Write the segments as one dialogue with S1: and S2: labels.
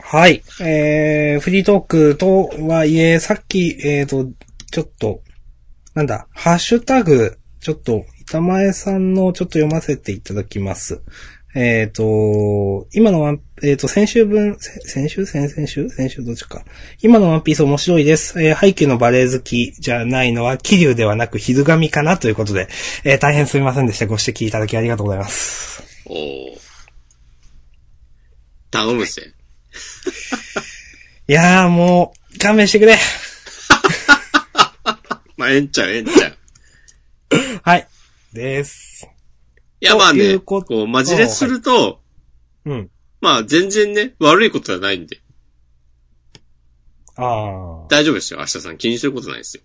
S1: はい。えー、フリートークとはいえ、さっき、えーと、ちょっと、なんだ、ハッシュタグ、ちょっと、板前さんのちょっと読ませていただきます。えっ、と、今のワン、えっ、と、先週分、せ先週先々週先週どっちか。今のワンピース面白いです。えー、背景のバレエ好きじゃないのは、気流ではなく、ひずがみかなということで、えー大変すみませんでした。ご指摘いただきありがとうございます。
S2: おー頼むぜ。
S1: いやーもう、勘弁してくれ。
S2: まあ、ええんちゃう、ええんちゃう。
S1: はい。です。
S2: いや、まあ
S1: とい
S2: ね、
S1: うこ
S2: ことう、マジですると、
S1: うん。
S2: まあ、全然ね、悪いことはないんで、
S1: あ
S2: 大丈夫ですよ、明日さん。気にすることないですよ。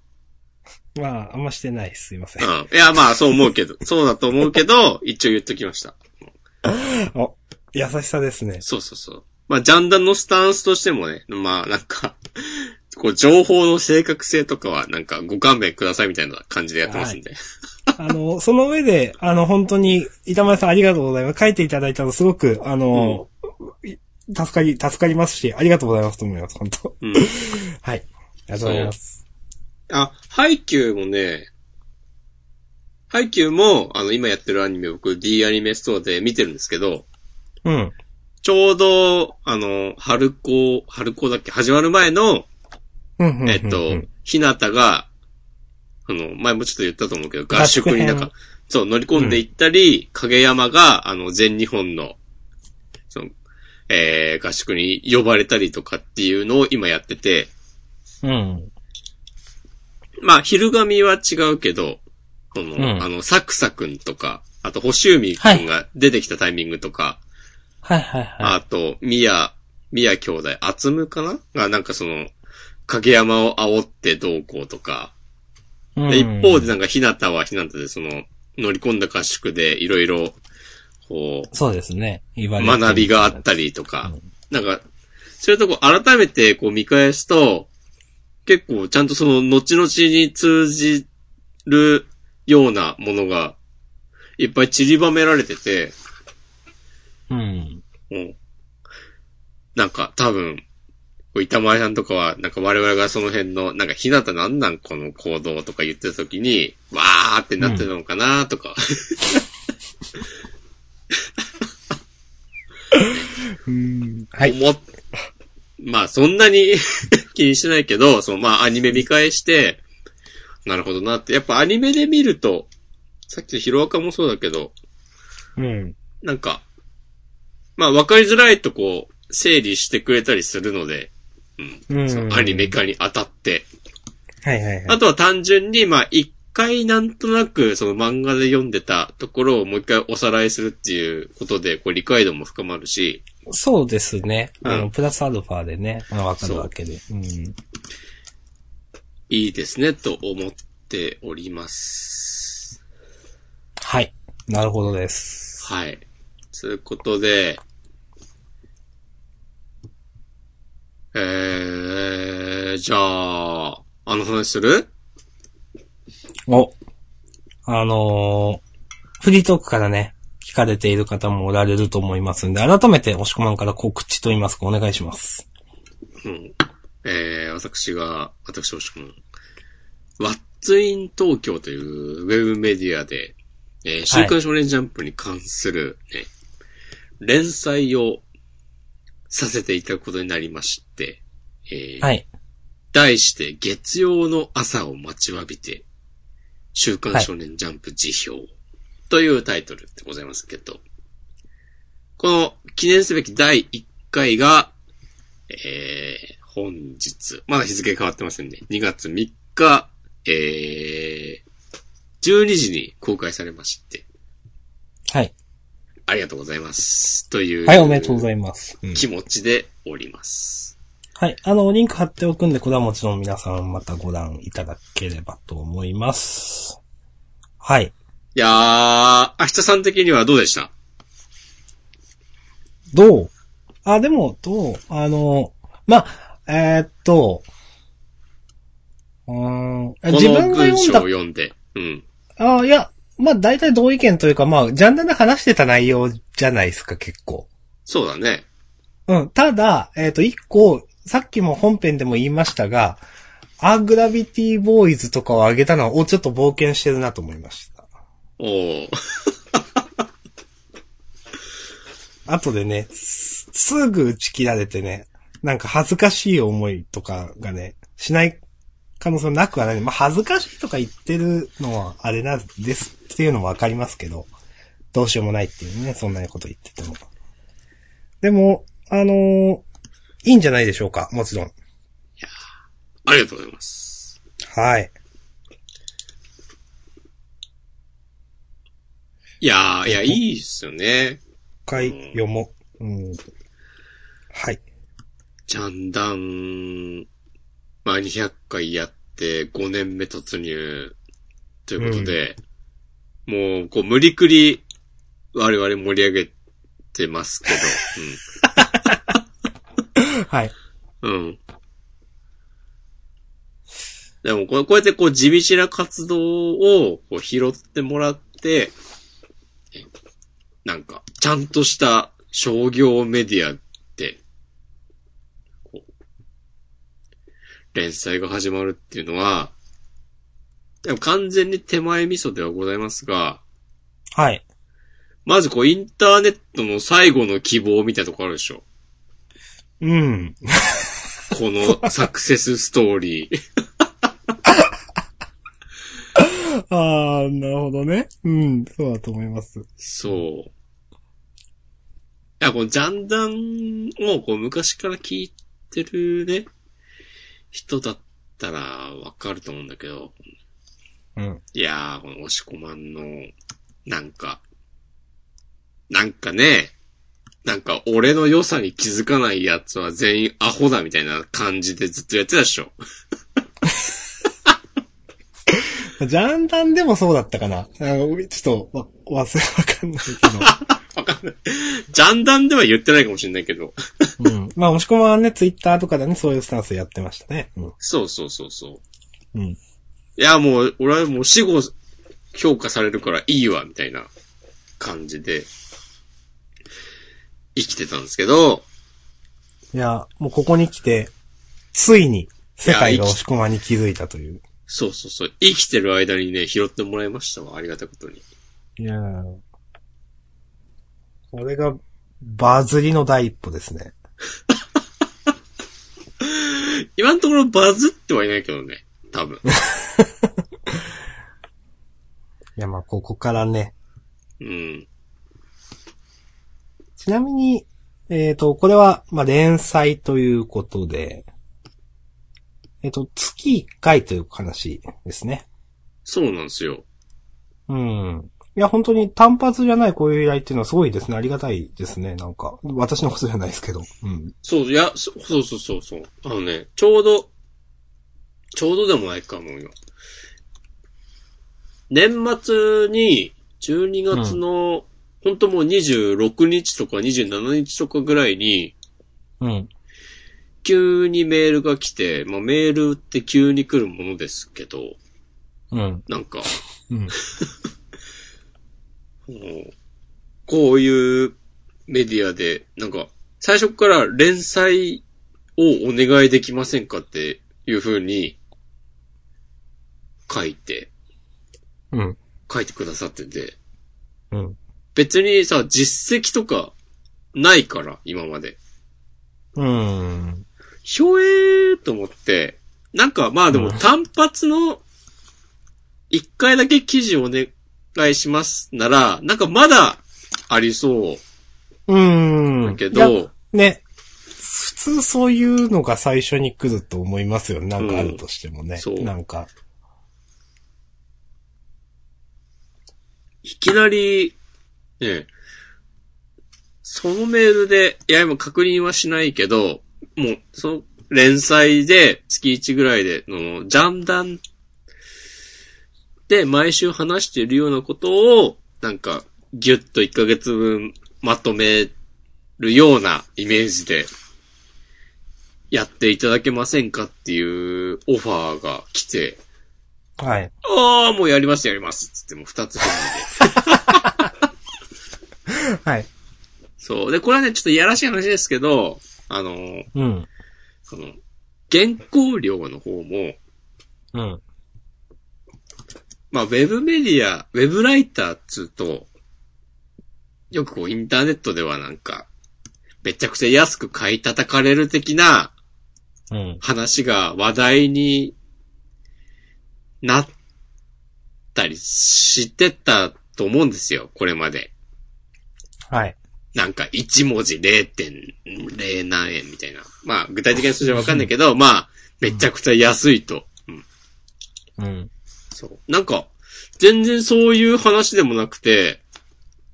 S1: あ。まあ、あんましてないです。すいません。
S2: うん。いや、まあ、そう思うけど、 そうだと思うけど、一応言っときました。
S1: お、優しさですね。
S2: そうそうそう。まあ、ジャンダンのスタンスとしてもね、まあ、なんか、こう、情報の正確性とかは、なんか、ご勘弁くださいみたいな感じでやってますんで。
S1: あの、その上で、あの、本当に、板前さんありがとうございます。書いていただいたのすごく、あの、い助かり、助かりますし、ありがとうございますと思います。本当。
S2: うん。
S1: はい。ありがとうございます。
S2: あ、ハイキューもね、ハイキューも、あの、今やってるアニメ、僕、D アニメストアで見てるんですけど、
S1: うん。
S2: ちょうど、あの、春子、春子だっけ始まる前の、
S1: うんうんうんうん。
S2: えっと、ひなたが、あの、前もちょっと言ったと思うけど、合宿
S1: 合宿
S2: に
S1: 編
S2: なんか、そう、乗り込んでいったり、影山が、あの、全日本の、その、えー、合宿に呼ばれたりとかっていうのを今やってて、
S1: うん。
S2: まあ、昼神は違うけど、この、
S1: うん
S2: あの、サクサくんとか、あと、星海くんが出てきたタイミングとか、
S1: はいはいはい。
S2: あと、宮、宮兄弟、あつむかなが、なんかその、影山を煽ってどうこうとか、で、一方
S1: で。
S2: でなんか、ひなたはひなたで、その、乗り込んだ合宿で、いろいろ、こ
S1: そうですね。言わ
S2: う、
S1: れてる
S2: 学びがあったりとか
S1: う、
S2: なんか、そういうとこ改めてこう見返すと、結構ちゃんとその、後々に通じるようなものが、いっぱい散りばめられてて、
S1: うん。
S2: うんなんか、多分、こう板前さんとかは、なんか我々がその辺の、なんか、ひなたなんなんこの行動とか言ってた時に、わーってなってたのかなとか、
S1: うん。はい。
S2: 思っ、まあそんなに 気にしてないけど、そのまあアニメ見返して、なるほどなって。やっぱアニメで見ると、さっきのヒロアカもそうだけど、
S1: うん。
S2: なんか、まあわかりづらいとこう、整理してくれたりするので、
S1: う
S2: そのアニメ。化に当たって。
S1: はいはいはい。
S2: あとは単純に、まあ一回なんとなくその漫画で読んでたところをもう一回おさらいするっていうことで、こう理解度も深まるし、
S1: そうですね。あ
S2: うん
S1: の、プラスアルファでね、あのわかるわけで。うん。
S2: いいですね、と思っております。
S1: はい。なるほどです。
S2: はい。ということで、えー、じゃあ、あの話する
S1: お。あのーフリートークからね、聞かれている方もおられると思いますんで、改めて、押し込まんから告知と言いますか、お願いします。
S2: うん。えー、私が、私、おしくん。What's in 東京というウェブメディアで、えー、週刊少年ジャンプに関する、ね、連載をさせていただくことになりまして、えー、
S1: はい。
S2: 題して月曜の朝を待ちわびて、週刊少年ジャンプ辞表というタイトルでございますけど、この記念すべき第1回が、えー、本日、まだ日付変わってませんね。2月3日、えー、12時に公開されまして、
S1: はい。
S2: ありがとうございます。という。
S1: はい、おめでとうございます。うん
S2: 気持ちでおります。
S1: はい。あの、リンク貼っておくんで、これはもちろん皆さんまたご覧いただければと思います。はい。
S2: いやー、明日さん的にはどうでした
S1: どうあ、でも、どうあの、まあ、えーっと、うーん、
S2: こ
S1: 自
S2: の
S1: 分が
S2: 文
S1: 読ん
S2: 章を
S1: だ
S2: 読んで。うん。
S1: あいや、まあ、大体同意見というか、まあ、ジャンダンで話してた内容じゃないですか、結構。
S2: そうだね。
S1: うん。ただ、えっ、と、一個、さっきも本編でも言いましたが、アーグラビティボーイズとかを上げたのは、お、ちょっと冒険してるなと思いました。
S2: おー。
S1: 後でね、すすぐ打ち切られてね、なんか恥ずかしい思いとかがね、しない可能性もなくはない。まあ、恥ずかしいとか言ってるのはあれなんですっていうのもわかりますけど、どうしようもないっていうね、そんなこと言ってても。でも、あのーいいんじゃないでしょうか、もちろん。
S2: ありがとうございます。
S1: はい。
S2: いやー、いや、いいっすよね。
S1: 一回読もう。うん。はい。
S2: ジャンダン、まあ、200回やって5年目突入ということで、もう、こう、無理くり我々盛り上げてますけ
S1: はい。
S2: ど、うん。うん。でもこう、こうやってこう、地道な活動をこう拾ってもらって、えなんか、ちゃんとした商業メディアって、こう、連載が始まるっていうのは、でも完全に手前味噌ではございますが、
S1: はい。
S2: まずこうインターネットの最後の希望みたいなとこあるでしょ。
S1: うん。
S2: このサクセスストーリー。
S1: ああ、なるほどね。うん、そうだと思います。
S2: そう。いや、このジャンダンをこう昔から聞いてるね、人だったらわかると思うんだけど、
S1: うん。
S2: いやー、この押し込まんの、なんか、なんかね、なんか俺の良さに気づかない奴は全員アホだみたいな感じでずっとやってたでしょ。
S1: ジャンダンでもそうだったかな。あのちょっと、わ、忘れわかんない
S2: わかんない。ジャンダンでは言ってないかもしれないけど。
S1: けど。うん。まあ、もしくはね、ツイッターとかでね、そういうスタンスやってましたね。うん。
S2: そうそうそうそう。
S1: うん。
S2: いや、もう、俺はもう死後評価されるからいいわ、みたいな感じで、生きてたんですけど、
S1: いや、もうここに来て、ついに、世界が押し込まに気づいたという。
S2: そうそうそう、生きてる間にね、拾ってもらいましたわ、ありがたいことに。
S1: いやーこれが、バズりの第一歩ですね。
S2: 今のところバズってはいないけどね、多分。
S1: いや、まあ、ここからね、
S2: うん。
S1: ちなみに、えっ、と、これは、まあ、連載ということで、えっ、と、月1回という話ですね。
S2: そうなんですよ。
S1: うん。いや、本当に単発じゃないこういう依頼っていうのはすごいですね。ありがたいですね。なんか、私のことじゃないですけど。うん。
S2: そう、いや、そそうそうそうそう。あのね、ちょうど、ちょうどでもないかもよ。年末に、12月の、ほんともう26日とか27日とかぐらいに、
S1: うん。
S2: 急にメールが来て、まあメールって急に来るものですけど、
S1: うん。
S2: なんか、
S1: うん。
S2: もう こういうメディアで、なんか、最初から連載をお願いできませんかっていう風に書いて、
S1: うん。
S2: 書いてくださってて、
S1: うん。
S2: 別にさ、実績とかないから、今まで。
S1: うん。
S2: ひょえーと思って、なんかまあでも
S1: うん
S2: 単発の一回だけ記事お願いしますなら、なんかまだありそう
S1: うん。
S2: だけ
S1: いや
S2: ど、
S1: ね。普通そういうのが最初に来ると思いますよ。なんかあるとしてもね。
S2: うんそう
S1: なんか。
S2: いきなり、ね、そのメールで、いや、今確認はしないけど、もう、その、連載で、月1ぐらいで、の、ジャンダンで毎週話しているようなことを、なんか、ぎゅっと1ヶ月分まとめるようなイメージで、やっていただけませんかっていうオファーが来て、
S1: はい。
S2: ああ、もうやりますやりますっつってもう2つ返事で。
S1: はい。
S2: そう。で、これはね、ちょっといやらしい話ですけど、あのー、
S3: うん。
S2: その、原稿料の方も、
S3: うん。
S2: まあ、ウェブメディア、ウェブライターっつうと、よくこう、インターネットではなんか、めちゃくちゃ安く買い叩かれる的な
S3: うん。
S2: 話が話題になったりしてたと思うんですよ、これまで。
S3: はい。
S2: なんか1文字0.0何円みたいな。まあ、具体的な数字はわかんないけど、まあ、めちゃくちゃ安いと。う
S3: う
S2: ん。
S3: ん。
S2: そう。なんか、全然そういう話でもなくて、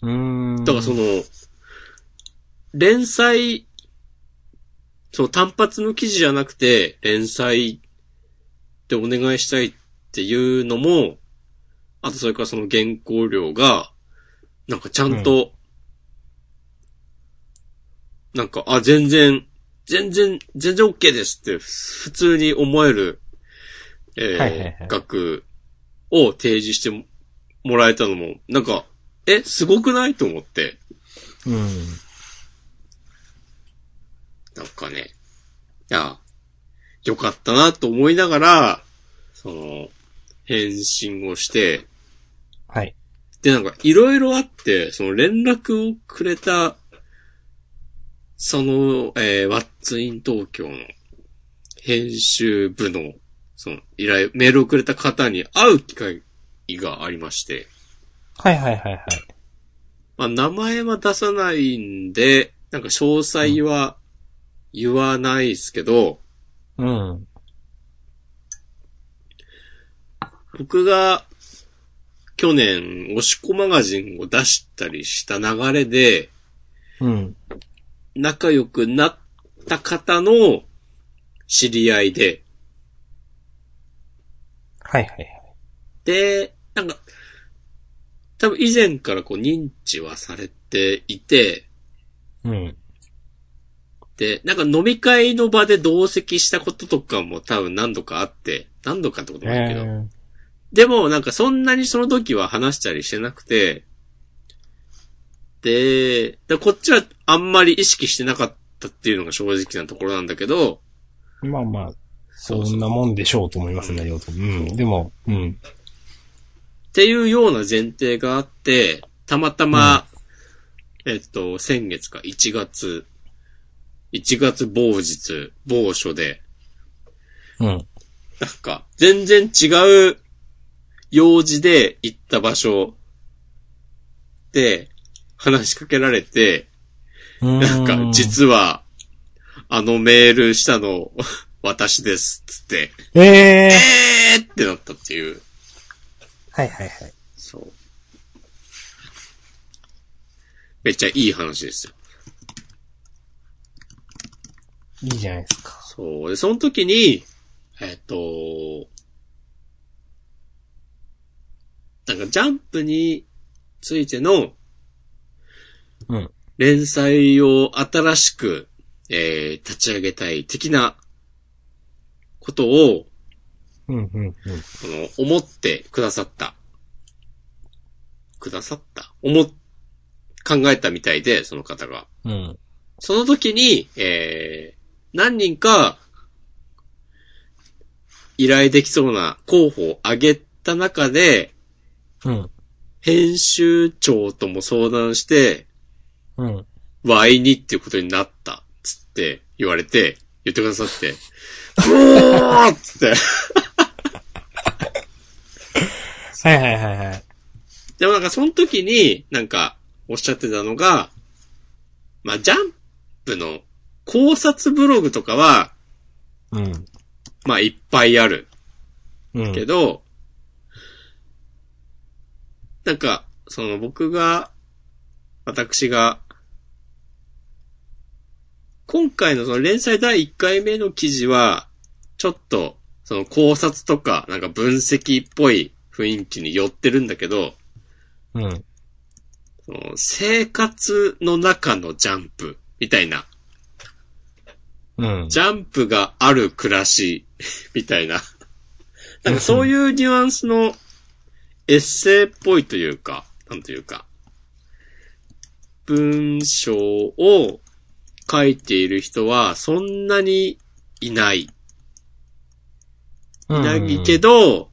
S3: うーん。
S2: だからその、連載、その単発の記事じゃなくて、連載でお願いしたいっていうのも、あとそれからその原稿料が、なんかちゃんと、なんか、あ、全然、全然、全然 OK ですって、ふ普通に思える、えー
S3: はいはいはい
S2: 額を提示してももらえたのも、なんか、え、すごくないと思って。
S3: うん。
S2: なんかね、いや、よかったなと思いながら、その、返信をして、
S3: はい。
S2: で、なんか、いろいろあって、その連絡をくれた、その、えー、ワッツイン東京の編集部の、その、依頼、メールをくれた方に会う機会がありまして、
S3: はいはいはいはい。
S2: まあ、名前は出さないんで、なんか詳細は言わないですけど、
S3: うん。
S2: 僕が去年、おしこマガジンを出したりした流れで、
S3: うん。
S2: 仲良くなった方の知り合いで、
S3: はいはいはい。
S2: で、なんか、多分以前からこう認知はされていて、
S3: うん。
S2: で、なんか飲み会の場で同席したこととかも多分何度かあって、何度かってことないけど、
S3: え
S2: でも、なんかそんなにその時は話したりしてなくて、で、でこっちはあんまり意識してなかったっていうのが正直なところなんだけど、
S3: ーまあまあ、
S2: う
S3: そ
S2: そうん
S3: なもんでしょうと思いますね、要素。うん。でも、うん。
S2: っていうような前提があって、たまたま、えっと、先月か1月、1月某日、某所で、
S3: うん。
S2: なんか、全然違う用事で行った場所で話しかけられて、なんか、実は、あのメールしたの、 私です、つって、
S3: ええー。
S2: えーってなったっていう。
S3: はいはいはい。
S2: そう。めっちゃいい話ですよ。
S3: いいじゃないですか。
S2: そう。で、その時に、えっ、と、なんかジャンプについての
S3: うん。
S2: 連載を新しく、えー、立ち上げたい的なことを、
S3: うんうんうん。
S2: この、思ってくださった。くださった思っ、考えたみたいで、その方が。
S3: うん。
S2: その時に、えー、何人か、依頼できそうな候補を挙げた中で、
S3: うん。
S2: 編集長とも相談して、
S3: うん。
S2: Y にっていうことになった、つって言われて、言ってくださって、おーっつって。
S3: はいはいはいはい。
S2: でもなんかその時に、なんか、おっしゃってたのが、まあ、ジャンプの考察ブログとかは、
S3: うん。
S2: まあ、いっぱいある
S3: うん。
S2: けど、なんか、その僕が、私が、今回のその連載第1回目の記事は、ちょっと、その考察とか、なんか分析っぽい雰囲気に寄ってるんだけど、
S3: うん。
S2: その生活の中のジャンプみたいな、
S3: うん。
S2: ジャンプがある暮らし みたいな、なんかそういうニュアンスのエッセイっぽいというか、なんというか、文章を書いている人はそんなにいない。
S1: うん。
S2: いないけど、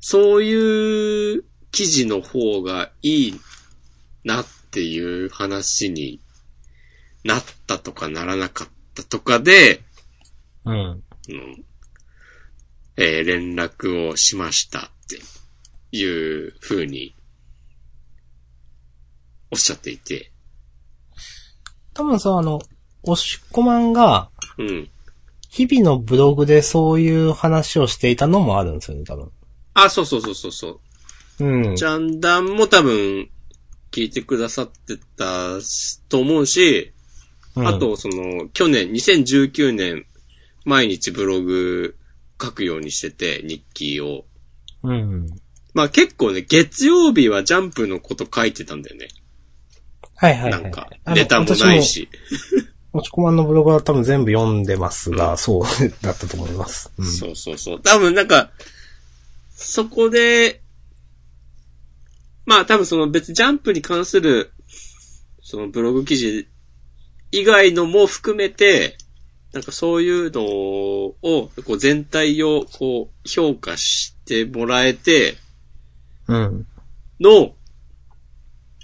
S2: そういう記事の方がいいなっていう話になったとかならなかったとかで、
S1: うん。
S2: うんえー連絡をしましたっていう風におっしゃっていて。
S1: 多分さ、あの、おしっこまんが、
S2: うん。
S1: 日々のブログでそういう話をしていたのもあるんですよね、多分。
S2: あ、そうそうそうそうそう。
S1: うん。
S2: ジャンダンも多分聞いてくださってたしと思うし、
S1: うん
S2: あ、と、その、去年、2019年、毎日ブログ書くようにしてて、日記を。
S1: うん。
S2: まあ結構ね、月曜日はジャンプのこと書いてたんだよね。
S1: はいはい、はい。
S2: なんか、
S1: あの
S2: ネタもない。し。
S1: 私もおしこまんのブログは多分全部読んでますが、
S2: うん
S1: そう だったと思います。うん。
S2: そうそうそう。多分なんか、そこで、まあ多分その別にジャンプに関する、そのブログ記事以外のも含めて、なんかそういうのを、こう全体をこう評価してもらえて
S1: うん。
S2: の、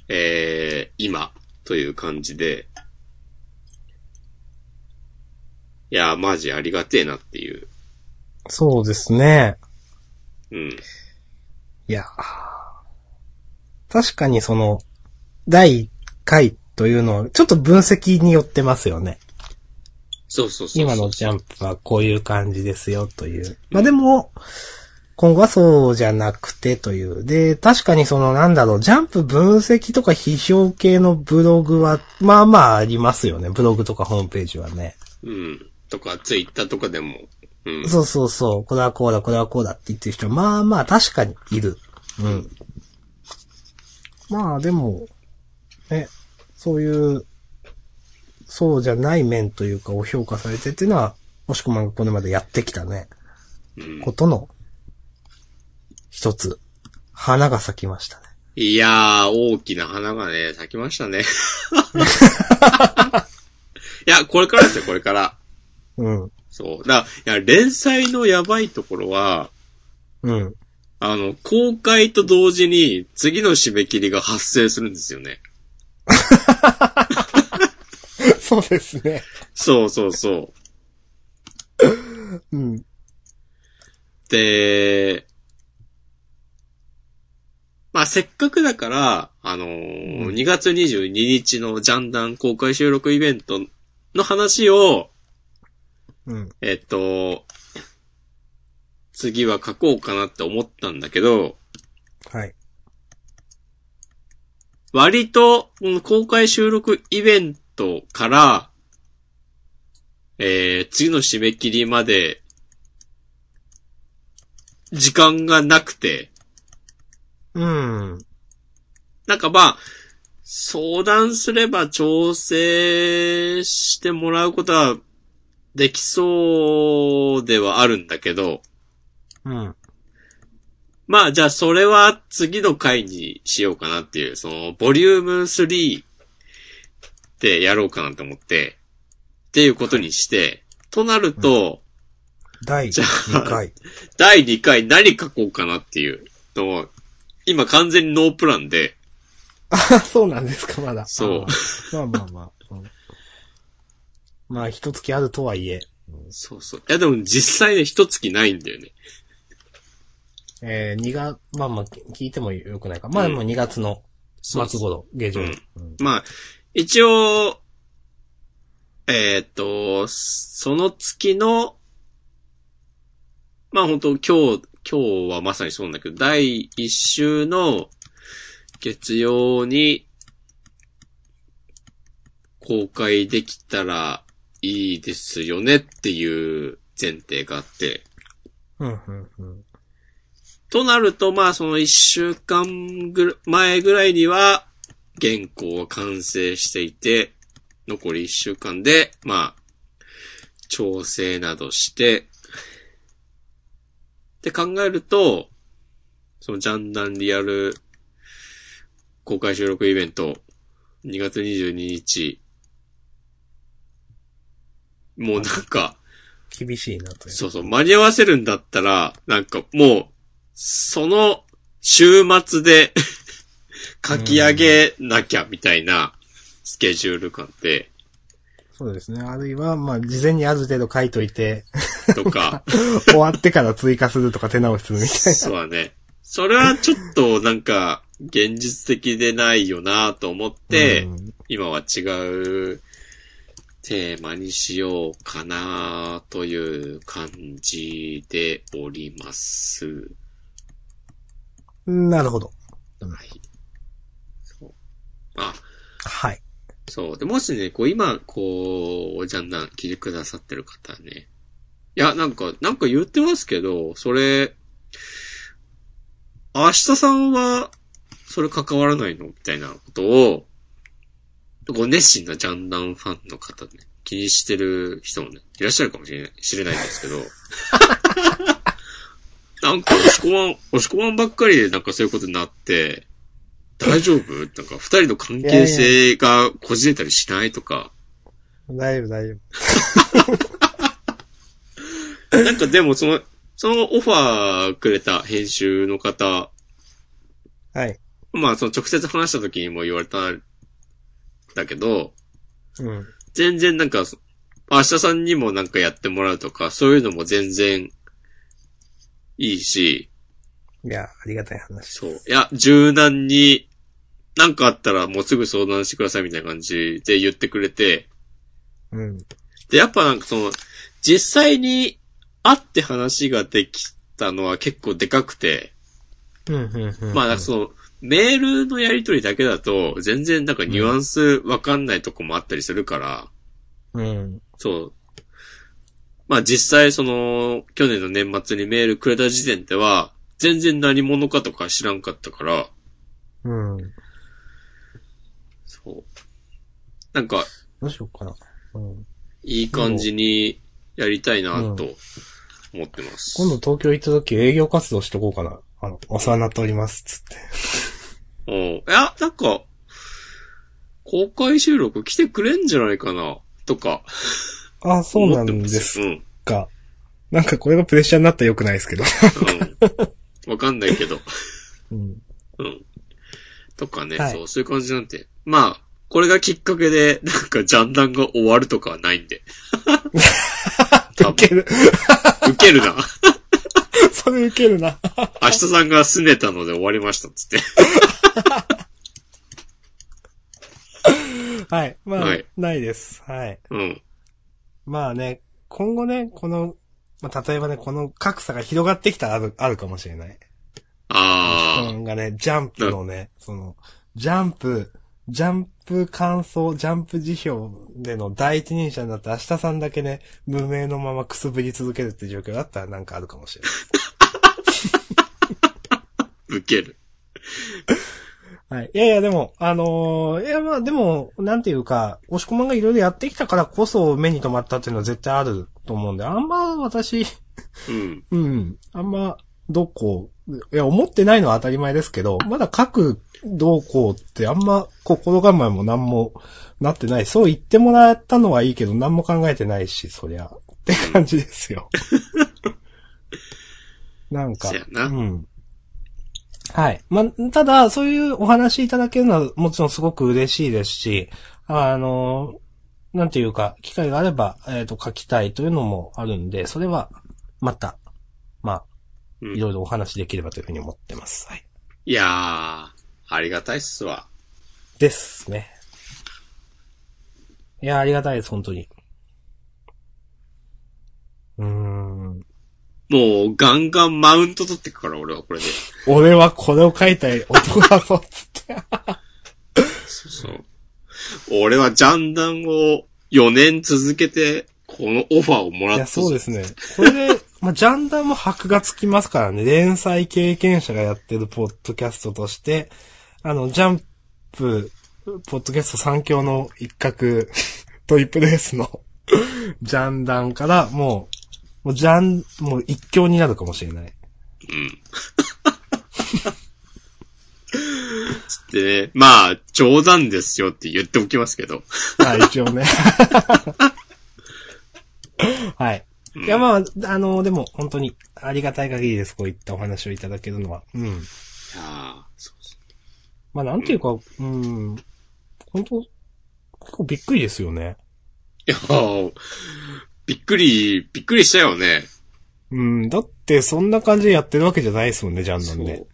S2: えー、今という感じで、いやー、マジありがてえなっていう。
S1: そうですね。
S2: うん。
S1: いやー。確かにその、第1回というのは、ちょっと分析によってますよね。
S2: そうそうそうそう。
S1: 今のジャンプはこういう感じですよという。まあでも、今後はそうじゃなくてという。で、確かにそのなんだろう、ジャンプ分析とか批評系のブログは、まあまあありますよね。ブログとかホームページはね。
S2: うん。とか、ツイッターとかでも。う ん。
S1: そうそうそう、これはこうだ、これはこうだって言ってる人は、まあまあ確かにいる。うん。まあでも、ね、そういう、そうじゃない面というかを評価されてっていうのは、もしくまんがこれまでやってきたね。
S2: うん
S1: ことの、一つ、花が咲きましたね。
S2: いやー、大きな花がね、咲きましたね。いや、これからですよ、これから。
S1: うん。
S2: そう。だいや、連載のやばいところは、
S1: うん。
S2: あの、公開と同時に、次の締め切りが発生するんですよね。
S1: そうですね。
S2: そうそうそう。
S1: うん。
S2: で、まあ、せっかくだから、あのー
S1: うん
S2: 2月22日のジャンダン公開収録イベントの話を、
S1: うん。
S2: えっと、次は書こうかなって思ったんだけど、
S1: はい。
S2: 割と、この公開収録イベントから、えー、次の締め切りまで、時間がなくて、
S1: うん。
S2: なんかまあ、相談すれば調整してもらうことはできそうではあるんだけど、
S1: うん。
S2: まあじゃあそれは次の回にしようかなっていう、そのボリューム3でやろうかなと思って、っていうことにして、となると、
S1: 第
S2: じゃあ
S1: 2回。
S2: 第2回何書こうかなっていうのを、今完全にノープランで、
S1: あ、そうなんですか、まだ。
S2: そう
S1: あー。まあまあまあ。うんまあ、一月あるとはいえ、
S2: そうそう。いやでも実際ね、一月ないんだよね。
S1: えー、2が、まあまあ、聞いてもよくないか。まあ、
S2: うん
S1: もう2月の
S2: そうそう
S1: 末頃、下旬。
S2: まあ、一応、えーっ、と、その月の、まあ本当今日、今日はまさにそうなんだけど、第一週の月曜に公開できたらいいですよねっていう前提があって。
S1: うん、うん、うん。
S2: となると、まあその一週間ぐら前ぐらいには、原稿は完成していて、残り一週間で、まあ、調整などして、って考えると、そのジャンダンリアル公開収録イベント2月22日。もうなんか、
S1: 厳しいなという。
S2: そうそう、間に合わせるんだったら、なんかもう、その週末で 書き上げなきゃみたいなスケジュール感で、
S1: そうですね。あるいは、まあ、事前にある程度書いといて、
S2: とか、
S1: 終わってから追加するとか手直しするみたい
S2: そうだね。それはちょっとなんか、現実的でないよなと思って、
S1: な。うん
S2: 今は違うテーマにしようかなという感じでおります。
S1: なるほど。
S2: はい。そう。あ、
S1: はい。
S2: そう。で、もしね、こう今、こう、おじゃんなん聞いてくださってる方はね。いや、なんか、なんか言ってますけど、それ、明日さんは、それ関わらないのみたいなことを、こう熱心なジャンダンファンの方ね、気にしてる人もね、いらっしゃるかもしれない、知れないんですけど。 なんか、押し込まん、押し込まんばっかりでなんかそういうことになって、大丈夫なんか、二人の関係性がこじれたりしないとか。
S1: 大丈夫、大丈夫。
S2: なんかでも、その、そのオファーくれた編集の方、
S1: はい。
S2: まあ、その直接話した時にも言われたんだけど、
S1: うん。
S2: 全然なんか、そ明日さんにもなんかやってもらうとか、そういうのも全然いいし、
S1: いや、ありがたい話。
S2: そう。いや、柔軟に、なんかあったらもうすぐ相談してくださいみたいな感じで言ってくれて、
S1: うん。
S2: で、やっぱなんかその、実際に会って話ができたのは結構でかくて、
S1: うん、うん、うん。
S2: まあなんかその、メールのやりとりだけだと、全然なんかニュアンスわかんないとこもあったりするから、
S1: うん。
S2: そう。まあ実際その、去年の年末にメールくれた時点では、全然何者かとか知らんかったから、
S1: うん。
S2: そう。なんか、
S1: どうしようかな。うん。
S2: いい感じにやりたいなと思ってます。
S1: 今度東京行った時営業活動しとこうかな。あの、お世話になっております、つって。
S2: うん。いや、なんか、公開収録来てくれんじゃないかな、とか。
S1: あ、そうなん
S2: 思ってま
S1: です
S2: うん。
S1: か。なんかこれがプレッシャーになったら良くないですけど。
S2: うん。わかんないけど。
S1: うん。
S2: うん。とかね、
S1: はい
S2: そう、そういう感じなんて。まあ、これがきっかけで、なんか、ジャンダンが終わるとかはないんで。多
S1: 受
S2: 分
S1: ける。
S2: ウケるな。
S1: それ受けるな。
S2: 明日さんが拗ねたので終わりました、つって。
S1: はい。まあ、
S2: はい
S1: ないです。はい。
S2: うん。
S1: まあね、今後ね、この、まあ、例えばね、この格差が広がってきたらある、あるかもしれない。
S2: あ
S1: うんがね、ジャンプのね、その、ジャンプ、ジャンプ感想、ジャンプ辞表での第一人者になって明日さんだけね、無名のままくすぶり続けるって状況だったらなんかあるかもしれ
S2: ー、ウケる。
S1: ない。はい。いやいや、でも、あのーいやまあでも、なんていうか、押し込まんがいろいろやってきたからこそ目に留まったっていうのは絶対あると思うんで、あんま私、
S2: うん。
S1: うん。あんま、どうこう。いや、思ってないのは当たり前ですけど、まだ書くどうこうってあんま心構えも何もなってない。そう言ってもらったのはいいけど、何も考えてないし、そりゃ。って感じですよ。なんか。
S2: そうやな
S1: うん。はい。まあ、ただ、そういうお話いただけるのはもちろんすごく嬉しいですし、あの、なんていうか、機会があれば、えっ、と、書きたいというのもあるんで、それは、また、まあ、
S2: うん
S1: いろいろお話できればというふうに思ってます。はい。
S2: いやー、ありがたいっすわ。
S1: ですね。いや、ありがたいです、本当に。うーん。
S2: もう、ガンガンマウント取ってくから、俺はこれで。
S1: 俺はこれを書いたい男だぞ、つって。
S2: そう。俺はジャンダンを4年続けて、このオファーをもら
S1: い
S2: っ
S1: や、
S2: たぞ
S1: そうですね。これで、まあ、ジャンダンも箔がつきますからね。連載経験者がやってるポッドキャストとして、あの、ジャンプ、ポッドキャスト三強の一角、 トリプル S のジャンダンから、もう、もうジャン、もう一強になるかもしれない。
S2: うん。つってね、まあ、冗談ですよって言っておきますけど。
S1: まあ一応ね。 はい。いやまあ、あの、でも本当にありがたい限りです、こういったお話をいただけるのは。うん。
S2: ああ、そうです
S1: まあなんていうか、うん、本当結構びっくりですよね。
S2: いやーびっくり、びっくりしたよね。
S1: うん、だってそんな感じでやってるわけじゃないですもんね、ジャンなんで。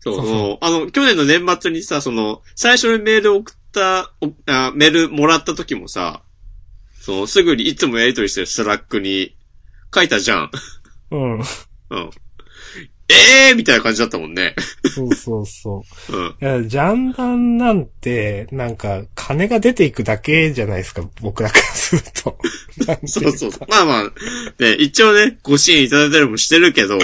S2: そ
S1: そ
S2: う。そうう
S1: そう
S2: あの、去年の年末にさ、その、最初にメール送った、おあメールもらった時もさ、その、すぐにいつもやりとりしてるスラックに書いたじゃん。
S1: うん。
S2: うん。ええーみたいな感じだったもんね。
S1: そうそうそう。
S2: うん。
S1: いや、ジャンダンなんて、なんか、金が出ていくだけじゃないですか、僕らからする と。なんてい
S2: そうそうそう。まあまあ、ね、一応ね、ご支援いただいたりもしてるけど、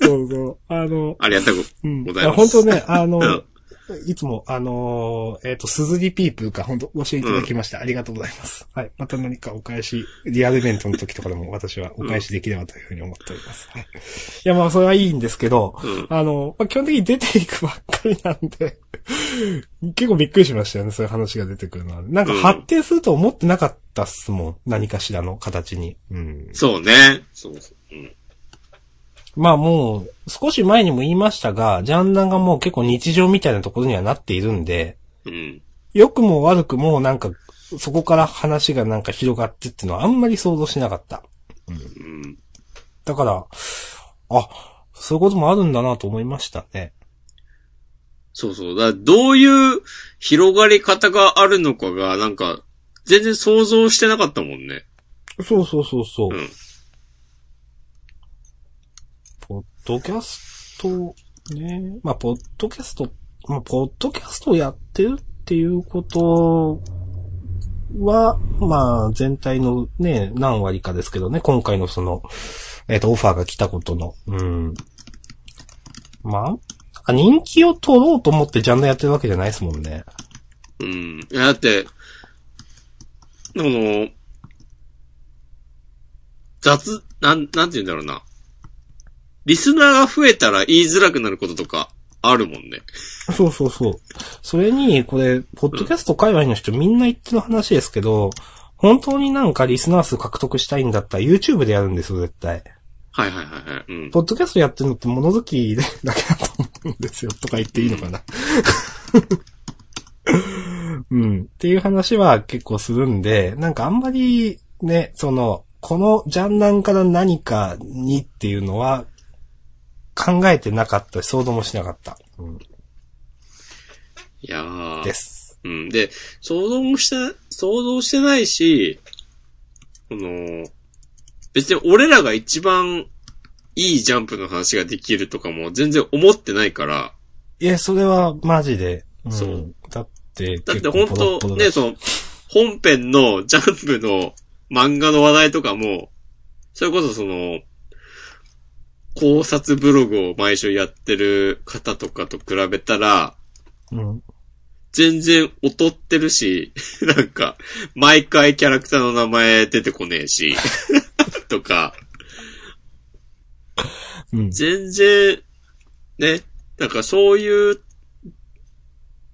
S1: そうそう。あの、
S2: ありがたく。
S1: うん。
S2: ございます
S1: 本当ね、あの
S2: うん、
S1: いつも、あの、えっ、と、鈴木ピープが本当教えていただきました、ありがとうございます。はい。また何かお返し、リアルイベントの時とかでも私はお返しできればというふうに思っております。はい。いや、まあ、それはいいんですけど、
S2: うん。
S1: あの、まあ、基本的に出ていくばっかりなんで、結構びっくりしましたよね、そういう話が出てくるのは。なんか
S2: うん
S1: 発展すると思ってなかったっすもん、何かしらの形に。うん。
S2: そうね。そうそう。うん。
S1: まあもう、少し前にも言いましたが、ジャンダンがもう結構日常みたいなところにはなっているんで、
S2: うん。
S1: 良くも悪くもなんか、そこから話がなんか広がってっていうのはあんまり想像しなかった。
S2: うん。
S1: だから、あ、そういうこともあるんだなと思いましたね。
S2: そうそう。だからどういう広がり方があるのかが、なんか、全然想像してなかったもんね。
S1: そうそうそうそう。
S2: うん
S1: ポッドキャスト、ね。まあ、ポッドキャスト、まあ、ポッドキャストをやってるっていうことは、まあ、全体のね、何割かですけどね、今回のその、えっ、と、オファーが来たことの、うん。まあ、人気を取ろうと思ってジャンルやってるわけじゃないですもんね。
S2: うん。いやだって、あの、雑、なん、なんて言うんだろうな。リスナーが増えたら言いづらくなることとかあるもんね。
S1: そうそうそう。それに、これ、ポッドキャスト界隈の人みんな言ってる話ですけど、本当になんかリスナー数獲得したいんだったら YouTube でやるんですよ、絶対。
S2: はいはいはいはい。うん。
S1: ポッドキャストやってるのって物好きだけだと思うんですよ、とか言っていいのかな。 うん。っていう話は結構するんで、なんかあんまり、ね、その、このジャンダンから何かにっていうのは、考えてなかったし、想像もしなかった。うん、
S2: いやー
S1: です。
S2: うん。で、想像もして、想像してないし、この、別に俺らが一番いいジャンプの話ができるとかも全然思ってないから、
S1: いや、それはマジで。ん
S2: そう。
S1: だって、
S2: だって
S1: 結構
S2: 本
S1: ボロッボ
S2: 当、
S1: ロ
S2: ね、
S1: だし
S2: その、本編の ジャンプの漫画の話題とかも、それこそその、考察ブログを毎週やってる方とかと比べたら、
S1: うん。
S2: 全然劣ってるし、 なんか、毎回キャラクターの名前出てこねえし、 とか、
S1: うん。
S2: 全然、ね、なんかそういう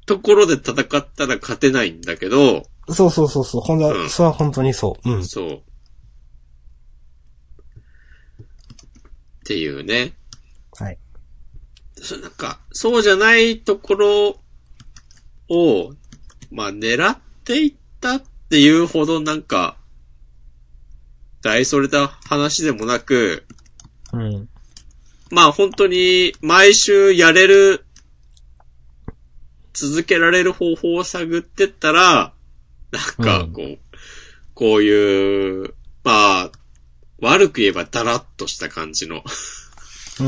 S2: ところで戦ったら勝てないんだけど、
S1: そうそうそうそう。ほん
S2: う
S1: と、
S2: ん
S1: それは本当にそう。うん。
S2: そう。っていうね。
S1: はい。
S2: そうなんか、そうじゃないところを、まあ、狙っていったっていうほどなんか、大それた話でもなく、
S1: うん。
S2: まあ本当に毎週やれる、続けられる方法を探ってったら、な
S1: う
S2: んか
S1: ん
S2: こう、こういう、まあ、悪く言えばダラッとした感じの。
S1: う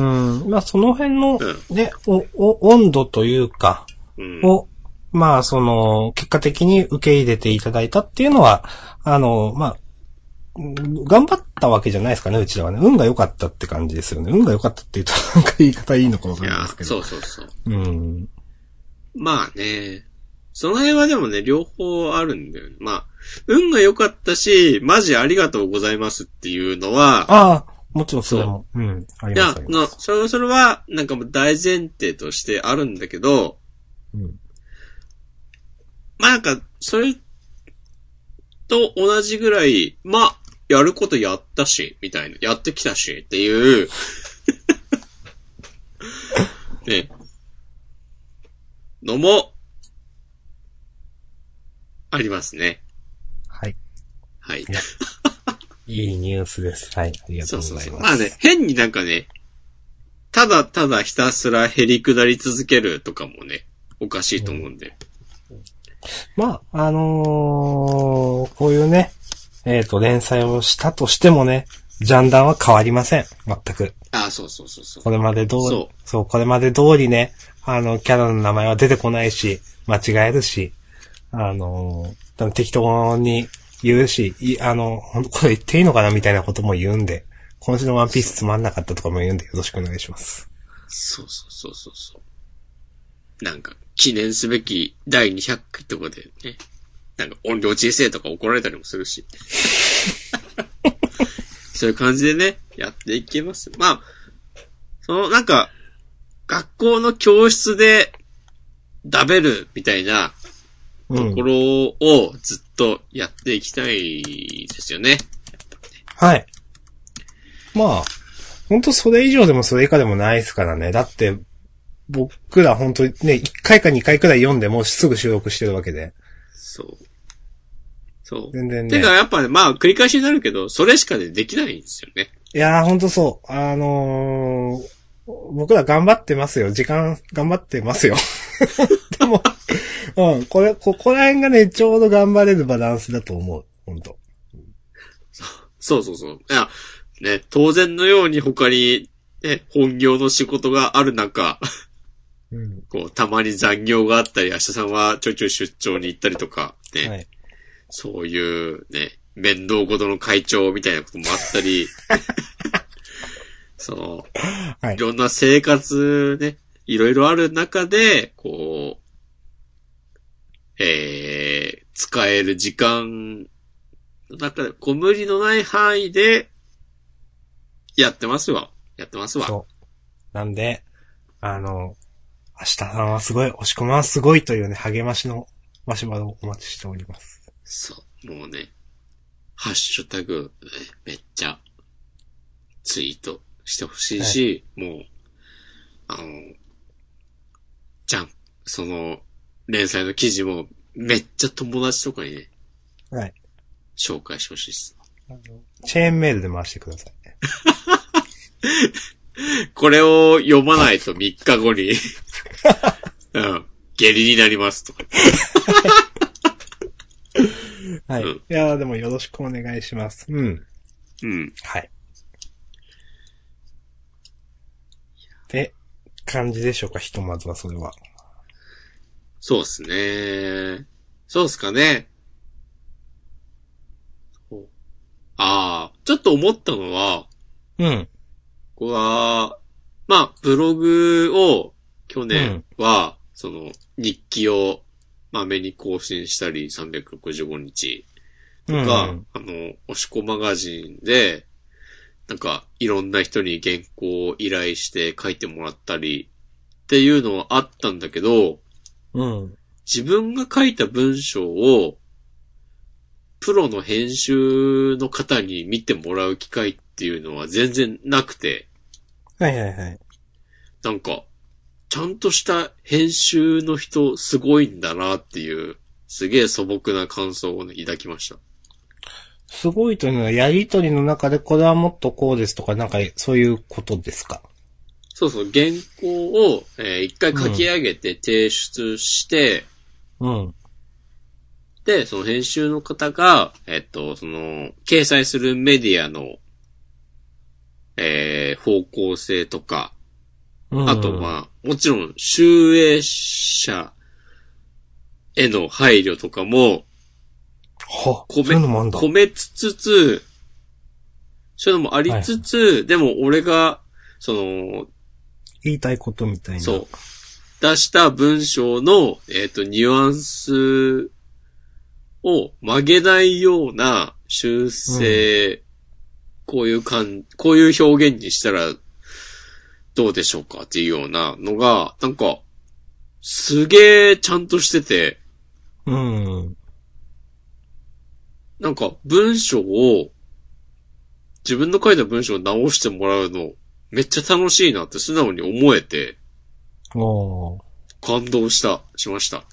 S1: ん。まあ、その辺の
S2: う、
S1: ね、お、お、温度というか、
S2: うん。
S1: を、まあ、その、結果的に受け入れていただいたっていうのは、あの、まあ、うん頑張ったわけじゃないですかね、うちらはね。運が良かったって感じですよね。運が良かったって言うと、なんか言い方いいのかわか
S2: い
S1: んないで
S2: や
S1: す、けど。
S2: そうそうそう。
S1: うん。
S2: まあね。その辺はでもね、両方あるんだよね。まあ、運が良かったし、マジありがとうございますっていうのは、
S1: ああ、もちろんそれも。うん。あり
S2: いや
S1: ますあ、り
S2: の、
S1: ます。
S2: それ、それは、なんかもう大前提としてあるんだけど、
S1: うん。
S2: まあなんか、それと同じぐらい、まあ、やることやったし、みたいな、やってきたし、って いう。ね。のも、ありますね。
S1: はい。
S2: はい。
S1: いいニュースです。はい。ありがと
S2: そうう
S1: ござい
S2: そ
S1: ま
S2: う
S1: す。
S2: そう。まあね、変になんかね、ただただひたすら減り下り続けるとかもね、おかしいと思うんで。
S1: まあ、あのーこういうね、えっ、と、連載をしたとしてもね、ジャンダンは変わりません。全く。
S2: ああ、そうそうそうそう
S1: こ。れまで通り、
S2: そ
S1: そう、これまで通りね、あの、キャラの名前は出てこないし、間違えるし、あのー多分適当に言うし、いあの、ほんとこれ言っていいのかなみたいなことも言うんで、今週のワンピースつまんなかったとかも言うんで、よろしくお願いします。
S2: そうそうそうそうそう。なんか、記念すべき第200回とかでね、なんか音量小さいとか怒られたりもする し。そういう感じでね、やっていけます。まあ、そのなんか、学校の教室で、食べるみたいな
S1: う
S2: とこ
S1: ん。
S2: ろをずっとやっていきたいですよね。
S1: はい。まあ、ほんとそれ以上でもそれ以下でもないですからね。だって、僕ら本当にね、1回か2回くらい読んでもうすぐ収録してるわけで。
S2: そう。そう。
S1: 全然ね
S2: てかやっぱね、まあ繰り返しになるけど、それしかねできないんですよね。
S1: いやー、ほんとそう。あのー、僕ら頑張ってますよ。時間、頑張ってますよ。 でも、うん、これ、ここら辺がね、ちょうど頑張れるバランスだと思う。ほんと。
S2: そうそうそう。いや、ね、当然のように他に、ね、本業の仕事がある中、
S1: うん。
S2: こう、たまに残業があったり、明日さんはちょいちょい出張に行ったりとか、ね、
S1: はい。
S2: そういう、ね、面倒ごとの会長みたいなこともあったり、 その、
S1: はい
S2: いろんな生活ね、いろいろある中で、こう、えー、使える時間の中で、こう無理のない範囲で、やってますわ。やってますわ。
S1: そう。なんで、あの、明日さんはすごい、押し込まはすごいというね、励ましのマシュマロをお待ちしております。
S2: そう。もうね、ハッシュタグ、ねめっちゃ、ツイートしてほしいし、もう、あの、じゃん、その、連載の記事も、めっちゃ友達とかにね、
S1: はい。
S2: 紹介してほしいです。
S1: チェーンメールで回してください。
S2: これを読まないと3日後に、 うん、下痢になりますとか。
S1: はい。
S2: うん
S1: いやー、でもよろしくお願いします。うん。
S2: うん。
S1: はい。って感じでしょうか、ひとまずはそれは。
S2: そうっすね。そうっすかね。そうああ、ちょっと思ったのは、
S1: うん。
S2: 僕は、まあ、ブログを去年は、その日記をまめに更新したり、365日
S1: うん
S2: が、あの、押し子マガジンで、なんか、いろんな人に原稿を依頼して書いてもらったり、っていうのはあったんだけど、
S1: うん。
S2: 自分が書いた文章を、プロの編集の方に見てもらう機会っていうのは全然なくて、
S1: はいはいはい。
S2: なんか、ちゃんとした編集の人すごいんだなっていう、すげえ素朴な感想をね、抱きました。
S1: すごいというのは、やりとりの中でこれはもっとこうですとか、なんかそういうことですか。
S2: そうそう、原稿を、えー一回書き上げて提出して、
S1: うん。
S2: で、その編集の方が、えっと、その、掲載するメディアの、えー方向性とか、あと、まあ、もちろん、集英者への配慮とかも、
S1: は、そう
S2: 米
S1: いうのもあんだ。
S2: 込めつつつ、そういうのもありつつ、でも俺が、その、
S1: 言いたいことみたいな。
S2: そう。出した文章の、えっ、と、ニュアンスを曲げないような修正、こういう感、こういう表現にしたらどうでしょうかっていうようなのが、なんか、すげえちゃんとしてて、
S1: うん。
S2: なんか文章を、自分の書いた文章を直してもらうの、めっちゃ楽しいなって素直に思えて、
S1: おー。
S2: 感動した、しました。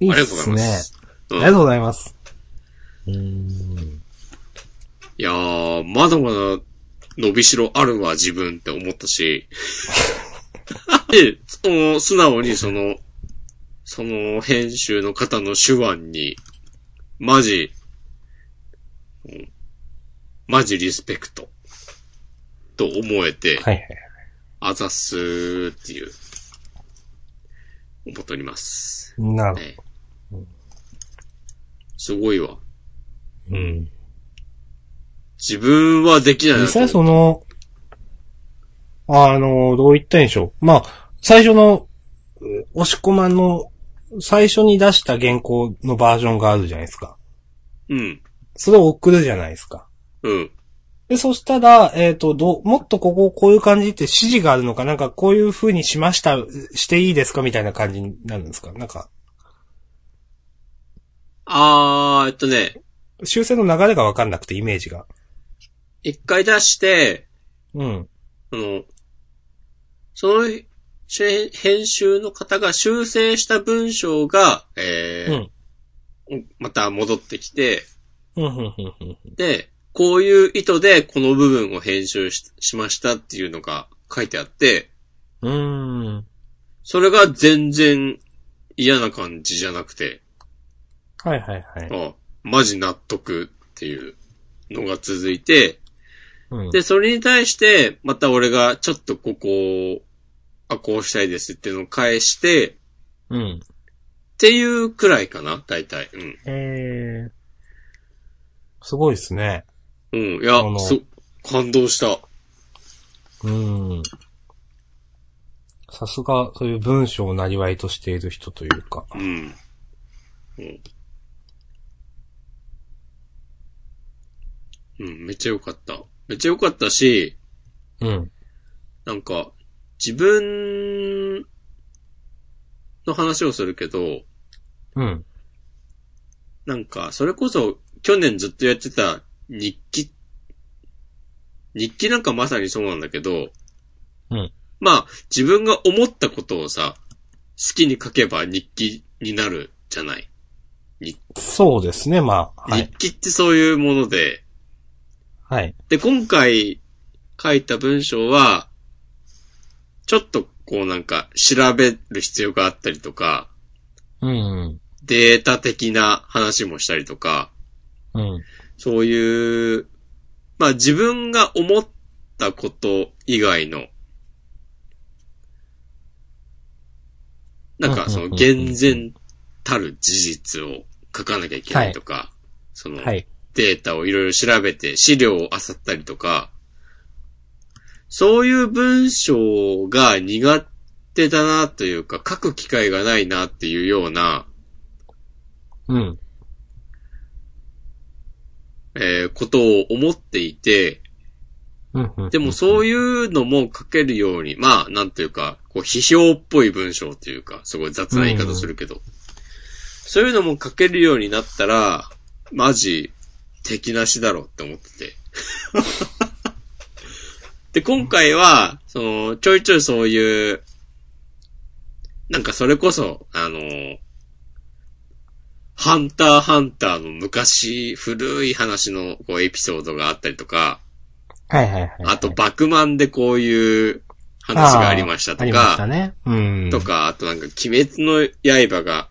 S1: いい
S2: あり
S1: っ
S2: がとうご
S1: す
S2: ざいま
S1: ね。
S2: す。
S1: あ
S2: うん
S1: りがとうございます。うん。
S2: いやー、まだまだ伸びしろあるわ、自分って思ったし。で、その、素直にその、その編集の方の手腕に、マジ、うんマジリスペクト、と思えて、
S1: はいはい。
S2: あざっすーっていう、思っております。
S1: なるほど。
S2: ね、すごいわ。
S1: うん。
S2: 自分はできないな
S1: 実
S2: と
S1: 際その、あの、どう言ったらいいんでしょう。まあ、最初の、う押し込まんの、最初に出した原稿のバージョンがあるじゃないですか。
S2: うん、
S1: それを送るじゃないですか。
S2: うん、
S1: で、そしたら、えっ、と、どう、もっとここ、こういう感じって指示があるのか、なんかこういう風にしました、していいですかみたいな感じになるんですかなんか、
S2: あー、えっとね、
S1: 修正の流れがわかんなくて、イメージが。
S2: 一回出して、
S1: うん。
S2: あの、その、し編集の方が修正した文章が、えーまた戻ってきて、
S1: うん、うん、うん、うん。
S2: で、こういう意図でこの部分を編集ししましたっていうのが書いてあって、
S1: うーん。
S2: それが全然嫌な感じじゃなくて、
S1: はいはいはい。
S2: あマジ納得っていうのが続いて、
S1: うん、
S2: で、それに対して、また俺がちょっとここを、あ、こうしたいですっていうのを返して、っ
S1: うん。
S2: ていうくらいかな、大体。うん。
S1: えー、すごいですね。
S2: うん。いや
S1: あの、
S2: す、感動した。
S1: うん。さすが、そういう文章をなりわいとしている人というか。
S2: うん。うん。うん、めっちゃ良かった。めっちゃ良かったし、
S1: うん。
S2: なんか、自分の話をするけど、
S1: うん。
S2: なんか、それこそ、去年ずっとやってた日記、日記なんかまさにそうなんだけど、
S1: うん。
S2: まあ、自分が思ったことをさ、好きに書けば日記になるじゃない。
S1: そうですね、まあ。はい。
S2: 日記ってそういうもので、
S1: はい。
S2: で、今回書いた文章は、ちょっとこうなんか調べる必要があったりとか、
S1: うん。
S2: データ的な話もしたりとか、
S1: うん。
S2: そういう、まあ自分が思ったこと以外の、なんかそ
S1: うんうんう
S2: の
S1: んうん
S2: 厳然たる事実を書かなきゃいけないとか、その
S1: はい。
S2: データをいろいろ調べて資料を漁ったりとか、そういう文章が苦手だなというか、書く機会がないなっていうような、
S1: うん。
S2: えーことを思っていて、
S1: うん。うん
S2: でもそういうのも書けるように、まあ、なんというか、こう、批評っぽい文章というか、すごい雑な言い方するけど、そういうのも書けるようになったら、マジ、敵なしだろうって思ってて。で、今回は、その、ちょいちょいそういう、なんかそれこそ、あの、ハンターハンターの昔、古い話のこうエピソードがあったりとか、
S1: はいはいはい。
S2: あと、バクマンでこういう話がありました
S1: あ
S2: と
S1: りました
S2: か、
S1: ね。うん。
S2: と。か、あとなんか、鬼滅の刃が、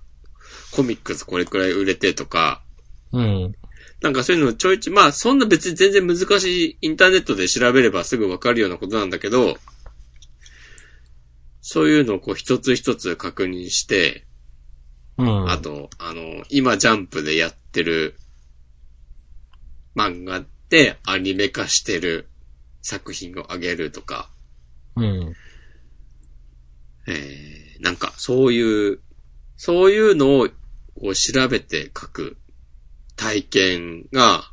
S2: コミックスこれくらい売れてとか、
S1: うん。
S2: なんかそういうのちょいちょい、まあそんな別に全然難しいインターネットで調べればすぐわかるようなことなんだけど、そういうのをこう一つ一つ確認して、
S1: うん。
S2: あと、あの、今ジャンプでやってる漫画でアニメ化してる作品をあげるとか、
S1: うん。
S2: えー、なんか、そういう、そういうのをこう調べて書く体験が、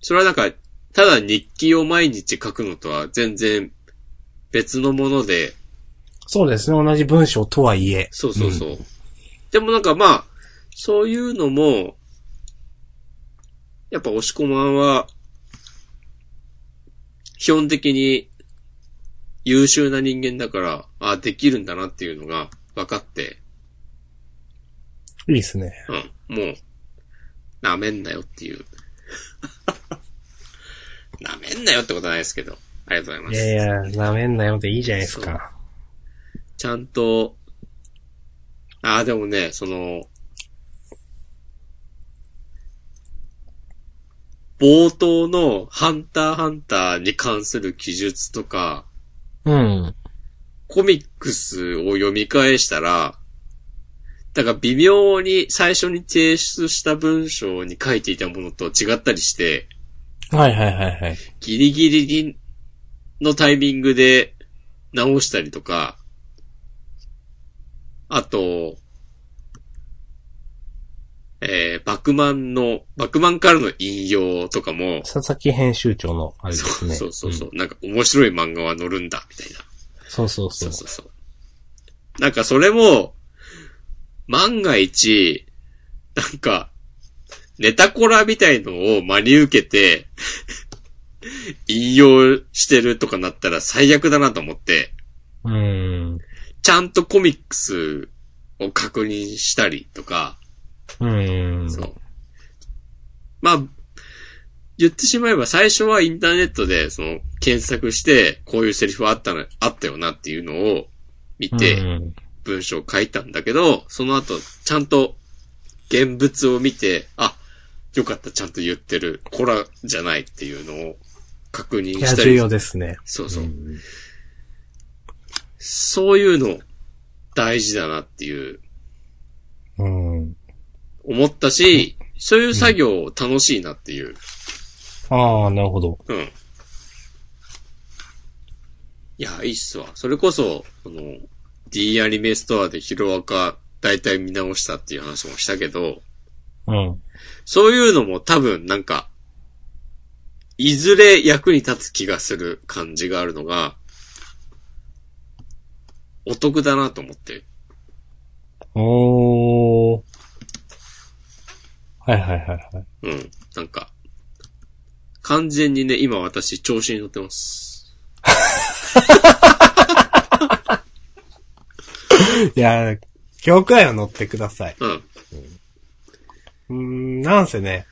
S2: それはなんか、ただ日記を毎日書くのとは全然別のもので、
S1: そうですね。同じ文章とはいえ。
S2: そうそうそう。でもなんかまあ、そういうのも、やっぱ押し込まんは、基本的に優秀な人間だから、あできるんだなっていうのが分かって、
S1: いいですね。
S2: うん、もう、舐めんなよっていう。舐めんなよってことはないですけど、ありがとうございま
S1: い
S2: す。
S1: やいや、なめんなよでいいじゃないですか。
S2: ちゃんと、ああ、でもね、その、冒頭のハンターハンターに関する記述とか、
S1: うん。
S2: コミックスを読み返したら、だから微妙に最初に提出した文章に書いていたものと違ったりして、
S1: はいはいはいはい。
S2: ギリギリにのタイミングで直したりとか、あと、えー、バクマンの、バクマンからの引用とかも、
S1: 佐々木編集長の、あれで
S2: そ
S1: す
S2: う
S1: ね。
S2: そうそうそう、なんか面白い漫画は載るんだ、みたいな。
S1: そうそうそ
S2: そうう。そうそう。なんかそれも、万が一、なんか、ネタコラみたいのを真に受けて、引用してるとかなったら最悪だなと思って、
S1: うん。
S2: ちゃんとコミックスを確認したりとか、
S1: うん。
S2: そう。まあ、言ってしまえば最初はインターネットでその検索して、こういうセリフあったの、あったよなっていうのを見て、
S1: うん
S2: 文章を書いたんだけど、その後、ちゃんと現物を見て、あ、よかった、ちゃんと言ってる。こら、じゃないっていうのを確認
S1: いや、
S2: した
S1: 重
S2: り。
S1: 要ですね。
S2: そうそう。
S1: うん
S2: そういうの、大事だなっていう、
S1: うん。
S2: 思ったし、そういう作業楽しいなっていう。
S1: ああ、なるほど。
S2: うん。いや、いいっすわ。それこそ、あの、D アニメストアでヒロアカ、大体見直したっていう話もしたけど、
S1: うん。
S2: そういうのも多分なんか、いずれ役に立つ気がする感じがあるのが、お得だなと思って。
S1: おー。はいはいはいはい。
S2: うん。なんか、完全にね、今私調子に乗ってます。
S1: いや、今日くらいは乗ってください。
S2: うん。
S1: うーん、なんせね、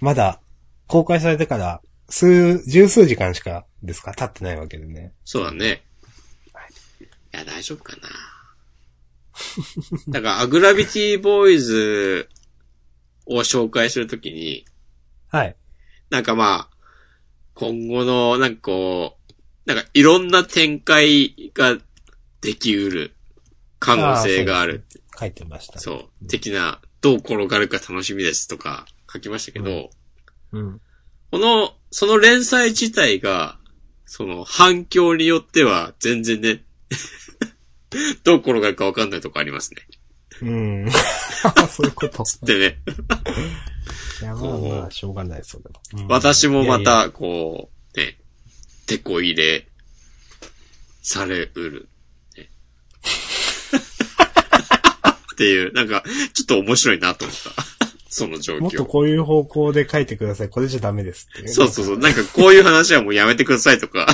S1: まだ、公開されてから、数、十数時間しかですか経ってないわけでね。
S2: そうだね。いや、大丈夫かな。 だから、アグラビティボーイズを紹介するときに、
S1: はい。
S2: なんかまあ、今後の、なんかこう、なんかいろんな展開ができうる可能性がある。
S1: 書いてました。
S2: そう,、的な、どう転がるか楽しみですとか書きましたけど、
S1: うんうん。
S2: この、その連載自体が、その反響によっては全然ね、 どう転がるかわかんないとこありますね。
S1: うん。 そういうこと。
S2: でね、
S1: いや、まあまあ、しょうがない、それは。うん
S2: 私もま
S1: いやいや
S2: た、こう、ね、手こ入れ、されうる。ねっていう、なんか、ちょっと面白いなと思った。その状
S1: もっと
S2: 況。
S1: こういう方向で書いてください。これじゃダメですって。
S2: そうそうそう。なんかこういう話はもうやめてくださいとか、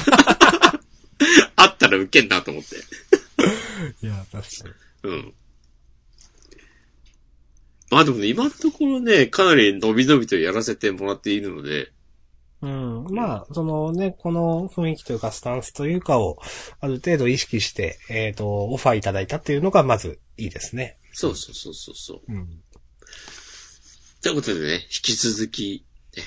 S2: あったらウケんなと思って。
S1: いや、確かに。
S2: うん。まあでもね、今のところね、かなり伸び伸びとやらせてもらっているので、
S1: うん。まあ、そのね、この雰囲気というか、スタンスというかを、ある程度意識して、えっ、と、オファーいただいたっていうのが、まず、いいですね。
S2: そうそうそうそうそう。
S1: うん。
S2: ということでね、引き続き、ね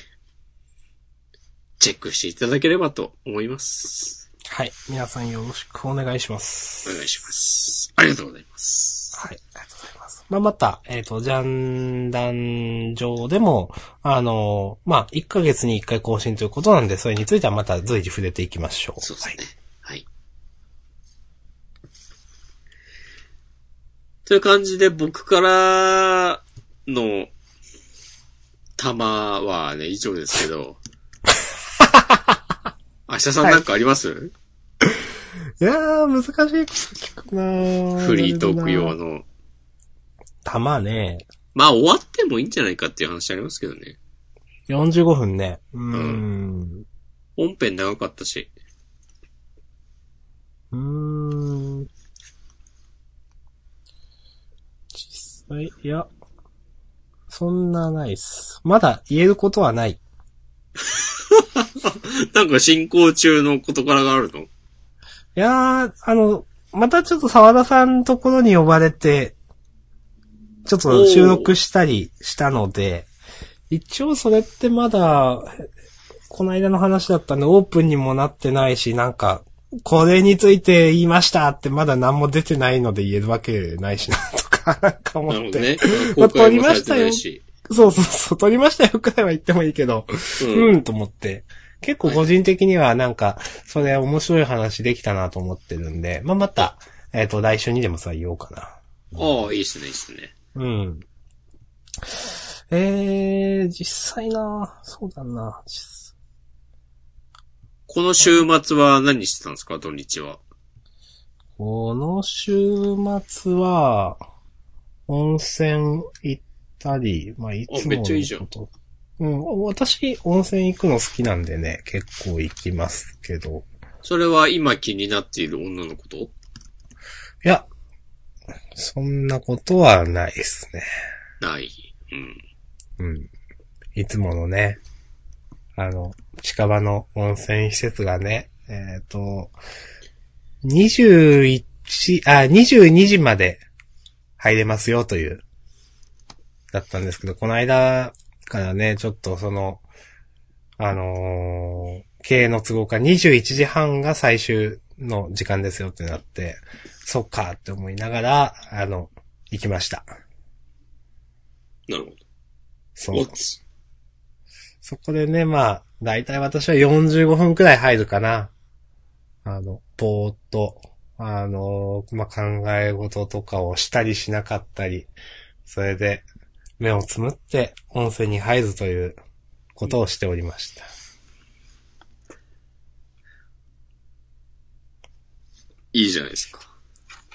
S2: チェックしていただければと思います。
S1: はい。皆さんよろしくお願いします。
S2: お願いします。ありがとうございます。
S1: はい。ありがとうございます。まあ、また、えっ、と、ジャンダン上でも、あの、まあ、1ヶ月に1回更新ということなんで、それについてはまた随時触れていきましょう。
S2: そうで
S1: は
S2: す
S1: い
S2: ね。はい。という感じで僕からの玉はね、以上です けど。明日さんなんかあります、
S1: いやー、難しいこと聞くなー
S2: フリートーク用。の。
S1: たまね、
S2: まあ終わってもいいんじゃないかっていう話ありますけどね。
S1: 45分ね。うーん。
S2: 本編長かったし。
S1: うーん。実際、いや、そんなないっす。まだ言えることはない。
S2: なんか進行中の事柄があるの
S1: いやー、あの、またちょっと沢田さんのところに呼ばれて、ちょっと収録したりしたので、一応それってまだ、この間の話だったんでオープンにもなってないし、なんか、これについて言いましたってまだ何も出てないので言えるわけないしな、とか、なんか思
S2: なる
S1: っ
S2: ほ
S1: て。
S2: どね。
S1: まあ
S2: 公開もされてないし。
S1: そうそうそう、撮りましたよくらいは言ってもいいけど、
S2: うん。
S1: うん、と思って。結構個人的にはなんか、それ面白い話できたなと思ってるんで、まあ、また、えっ、と、来週にでもさ、言おうか
S2: ああ、いいっすね、いいっすね。
S1: な。うん。えー、実際なそうだな実
S2: この週末は何してたんですか、土日は。
S1: この週末は、温泉行ったり、まあ、いつも
S2: あめっちゃいいじゃん
S1: のこと。うん、私、温泉行くの好きなんでね、結構行きますけど。
S2: それは今気になっている女の子と
S1: いや、そんなことはないですね。
S2: ない。うん。
S1: うん。いつものね、あの、近場の温泉施設がね、えっ、と、21、あ、22時まで入れますよという、だったんですけど、この間からね、ちょっとその、あのー経営の都合か21時半が最終の時間ですよってなって、そっかって思いながら、あの、行きました。
S2: なるほ
S1: そ
S2: ど。
S1: う
S2: お。つ
S1: そこでね、まあ、だいたい私は45分くらい入るかな。あの、ぼーっと、あのーまあ、考え事とかをしたりしなかったり、それで、目をつむって温泉に入るということをしておりました。
S2: いいじゃないですか。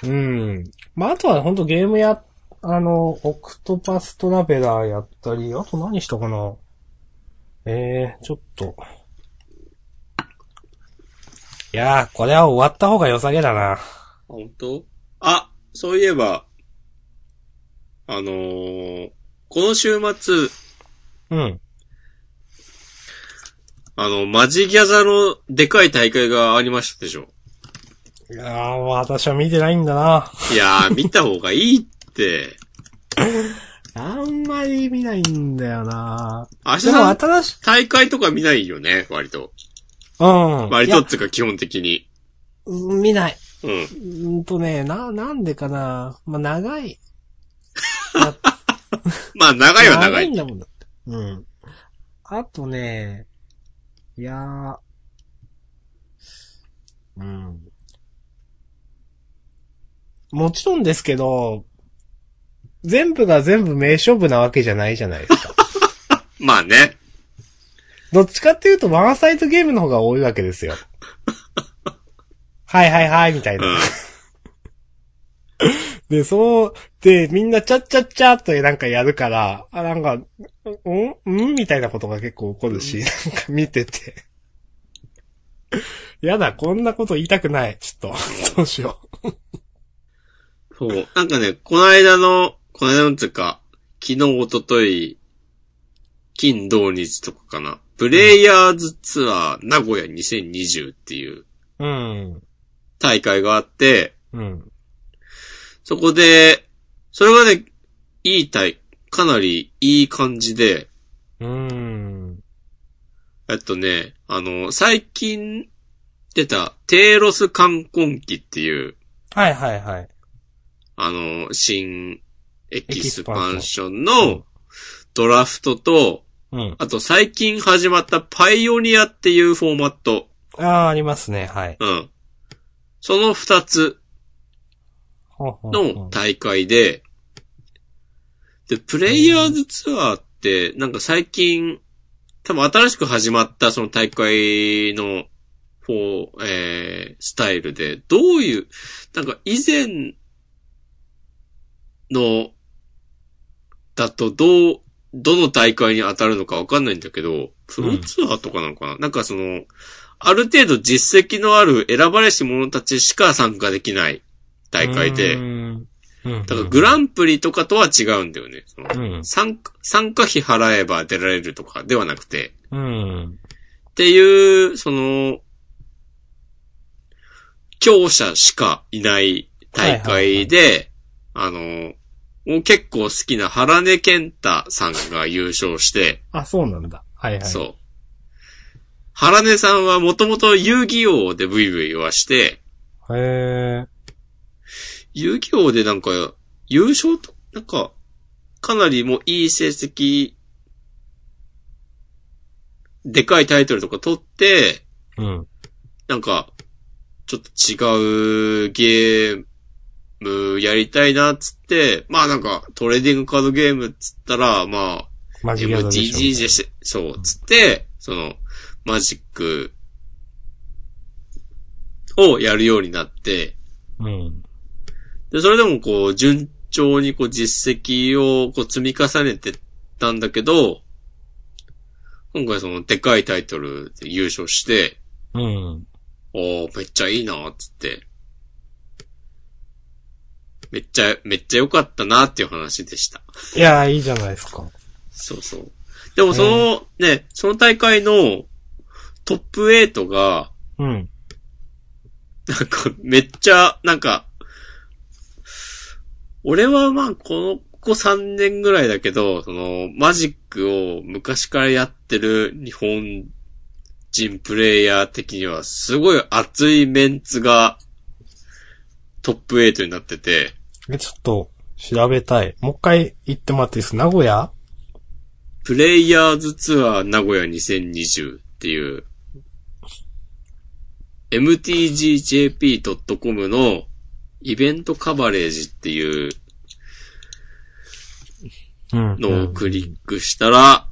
S1: うん。まあ、あとは本当ゲームや、あの、オクトパストラベラーやったり、あと何したかなえー、ちょっと。いやー、これは終わった方が良さげだな。
S2: あ、本当あ、そういえば、あのーこの週末、
S1: うん。
S2: あの、マジギャザのでかい大会がありましたでしょ。
S1: いやー、私は見てないんだな。
S2: いやー、見た方がいい って。
S1: あんまり見ないんだよな。
S2: 明日
S1: でも
S2: さん、
S1: 新し、
S2: 大会とか見ないよね、割と。
S1: うん。
S2: 割
S1: い
S2: と
S1: や
S2: っていうか基本的に。
S1: うん見ない。
S2: うん。
S1: うーんとね、な、なんでかな。まあ、長 い。やっ
S2: まあ、長いは長
S1: ん
S2: い。
S1: だもんだって。うん。あとね、いやー。うん。もちろんですけど、全部が全部名勝負なわけじゃないじゃないで すか。
S2: まあね。
S1: どっちかっていうとワンサイトゲームの方が多いわけですよ。はいはいはい、みたいうな。
S2: ん。
S1: で、そう、で、みんなちゃっちゃっちゃっとなんかやるから、あ、なんか、んんみたいなことが結構起こるし、なんか見てて。 やだ、こんなこと言いたくない。ちょっと、 どうしよ
S2: そう。なんかね、この間の、この間のつうか、昨日、一昨日金、土日とかかな。プレイヤーズツアー名古屋2020っていう
S1: う。うん。
S2: 大会があって、
S1: うん。
S2: そこで、それがね、いい体、かなりいい感じで、
S1: うん。
S2: えっとね、あの、最近出た、テーロス観光機っていう、
S1: はいはいはい。
S2: あの、新エキスパンション
S1: う
S2: の
S1: ん
S2: ドラフトと、
S1: うん。
S2: あと最近始まったパイオニアっていうフォーマット。
S1: ああ、ありますね、はい。
S2: うん。その二つ
S1: ほうほうほう
S2: の大会で、で、プレイヤーズツアーって、なんか最近、多分新しく始まったその大会のフォー、えー、スタイルで、どういう、なんか以前の、だとどう、どの大会に当たるのかわかんないんだけど、プロツアーとかなのかな、なんかその、ある程度実績のある選ばれし者たちしか参加できない大会で、
S1: うん。
S2: だからグランプリとかとは違うんだよね。その
S1: うん。
S2: 参加参加費払えば出られるとかではなくて、
S1: うん。
S2: っていう、その、強者しかいない大会で、あの、もう結構好きな原根健太さんが優勝して、
S1: あ、そうなんだ。はいはい。
S2: そう。原根さんはもともと遊戯王でブイブイはして、
S1: う。へえ。
S2: 遊戯王でなんか、優勝と、なんか、かなりもういい成績、でかいタイトルとか取って、
S1: うん。
S2: なんか、ちょっと違うゲームやりたいなっつって、まあなんかトレーディングカードゲームっつったら、まあ、
S1: マジギャドでしょ
S2: MTG でし、そう、つって、その、マジックをやるようになって、
S1: うん。
S2: で、それでもこう、順調にこう、実績をこう、積み重ねてったんだけど、今回その、でかいタイトルで優勝して、
S1: うん。
S2: おー、めっちゃいいなーっつって。めっちゃ、めっちゃ良かったなーっていう話でした。
S1: いやー、いいじゃないですか。
S2: そうそう。でもその、ね、その大会のトップ8が、
S1: うん。
S2: なんか、めっちゃ、なんか、俺はまあ、この、ここ3年ぐらいだけど、その、マジックを昔からやってる日本人プレイヤー的には、すごい熱いメンツが、トップ8になってて、
S1: え、ちょっと、調べたい。もう一回言ってもらっていいですか名古屋
S2: プレイヤーズツアー名古屋2020っていう、mtgjp.com のイベントカバレージっていう
S1: うん
S2: のをクリックしたら、
S1: あ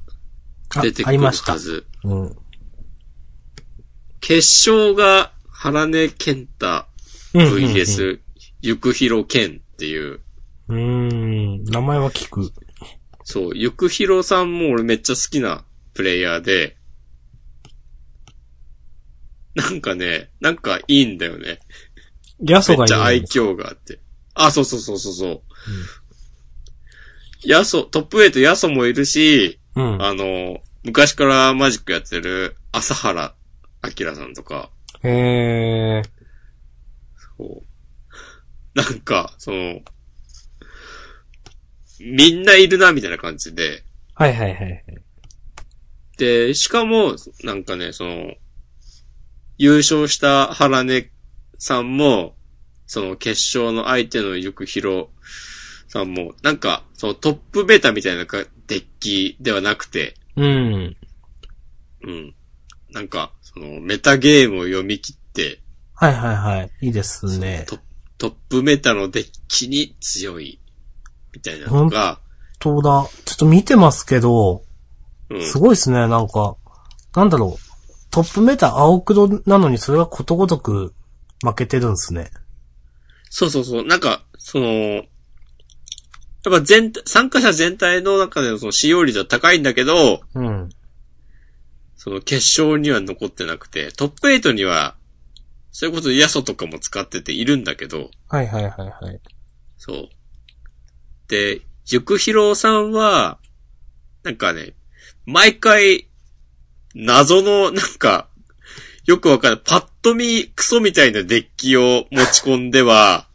S2: 出てく
S1: あり
S2: る
S1: ました
S2: は。ず。
S1: うん。
S2: 決勝が、原根健太 VS、ゆくひろ健っていう、
S1: うん。うん。名前は聞く。
S2: そう、ゆくひろさんも俺めっちゃ好きなプレイヤーで、なんかね、なんかいいんだよね。
S1: ヤソ
S2: め
S1: が
S2: っちゃ
S1: い
S2: 愛
S1: る。
S2: 嬌があって。あ、そうそうそうそうそう。ヤソ、トップ8ヤソもいるし、
S1: うん。
S2: あの、昔からマジックやってる朝原明さんとか、
S1: へえ。
S2: こう、なんか、その、みんないるな、みたいな感じで。
S1: はいはいはい。
S2: で、しかも、なんかね、その、優勝した原根さんも、その決勝の相手のゆくひろさんも、なんか、そのトップベタみたいなかデッキではなくて、
S1: うん。
S2: うん。なんか、その、メタゲームを読み切って、
S1: はいはいはい。いいですね。
S2: トトップメタのデッキに強い、みたいなのが、
S1: そうだ。ちょっと見てますけど、
S2: うん。
S1: すごいですね、なんか。なんだろう。トップメーター青黒なのにそれはことごとく負けてるんですね。
S2: そうそうそう。なんか、その、やっぱ全体、参加者全体の中でのその使用率は高いんだけど、
S1: うん。
S2: その決勝には残ってなくて、トップ8には、それこそヤソとかも使ってているんだけど、
S1: はいはいはいはい。
S2: そう。で、ゆくひろさんは、なんかね、毎回、謎の、なんか、よくわかんない、パッと見クソみたいなデッキを持ち込んでは、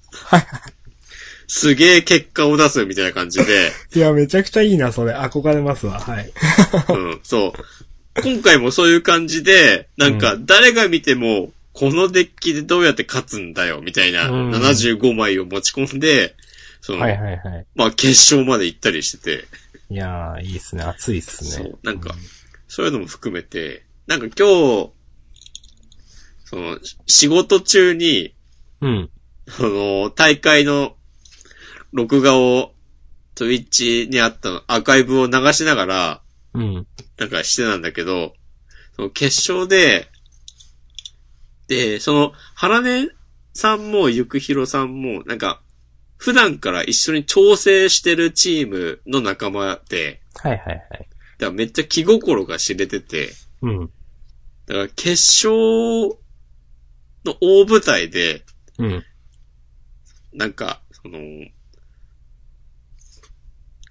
S2: すげえ結果を出すみたいな感じ で、
S1: いや、めちゃくちゃいいな、それ。憧れますわ。はい。
S2: うん、そう。今回もそういう感じで、なんか、誰が見ても、このデッキでどうやって勝つんだよ、みたいな、
S1: うん
S2: 75枚を持ち込んで、その、
S1: はいはいはい。
S2: まあ、決勝まで行ったりしてて、
S1: いやー、いいですね。熱いっす
S2: そ
S1: ね
S2: う。、なんか、そういうのも含めて、なんか今日、その、し仕事中に、
S1: うん。
S2: その、大会の録画を、トイッチにあったのアーカイブを流しながら、
S1: うん。
S2: なんかしてなんだけど、その決勝で、で、その、原根さんも、ゆくひろさんも、なんか、普段から一緒に調整してるチームの仲間で、
S1: はいはいはい。
S2: だからめっちゃ気心が知れてて、
S1: うん。
S2: だから決勝の大舞台で、
S1: うん。
S2: なんか、その、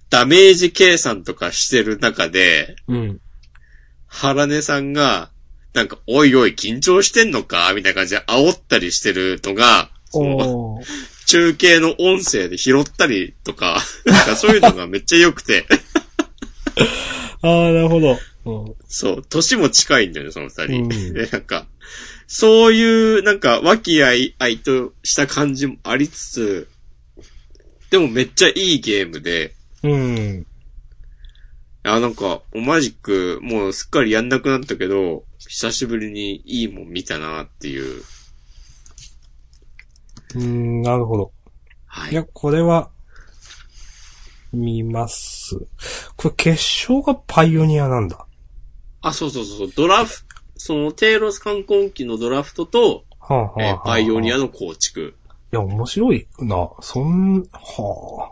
S2: ダメージ計算とかしてる中で、
S1: うん。
S2: 原根さんが、なんか、おいおい緊張してんのかみたいな感じで煽ったりしてるのが、その
S1: おー。
S2: 中継の音声で拾ったりとか、なんかそういうのがめっちゃ良くて、
S1: ああ、なるほど。うん。
S2: そう、年も近いんだよね、その二人。
S1: うん
S2: で、なんか、そういう、なんか、和気あいあいとした感じもありつつ、でもめっちゃいいゲームで、
S1: うん。
S2: あ、なんか、マジック、もうすっかりやんなくなったけど、久しぶりにいいもん見たなっていう。
S1: うん、なるほど。
S2: はいい。
S1: や、これは、見ます。これ決勝がパイオニアなんだ。
S2: あ、そうそうそうそう、ドラフ、その、テイロス観光機のドラフトと、
S1: はあ、はあはあ
S2: え
S1: はあ
S2: パイオニアの構築。
S1: いや、面白いな。そん、はあ。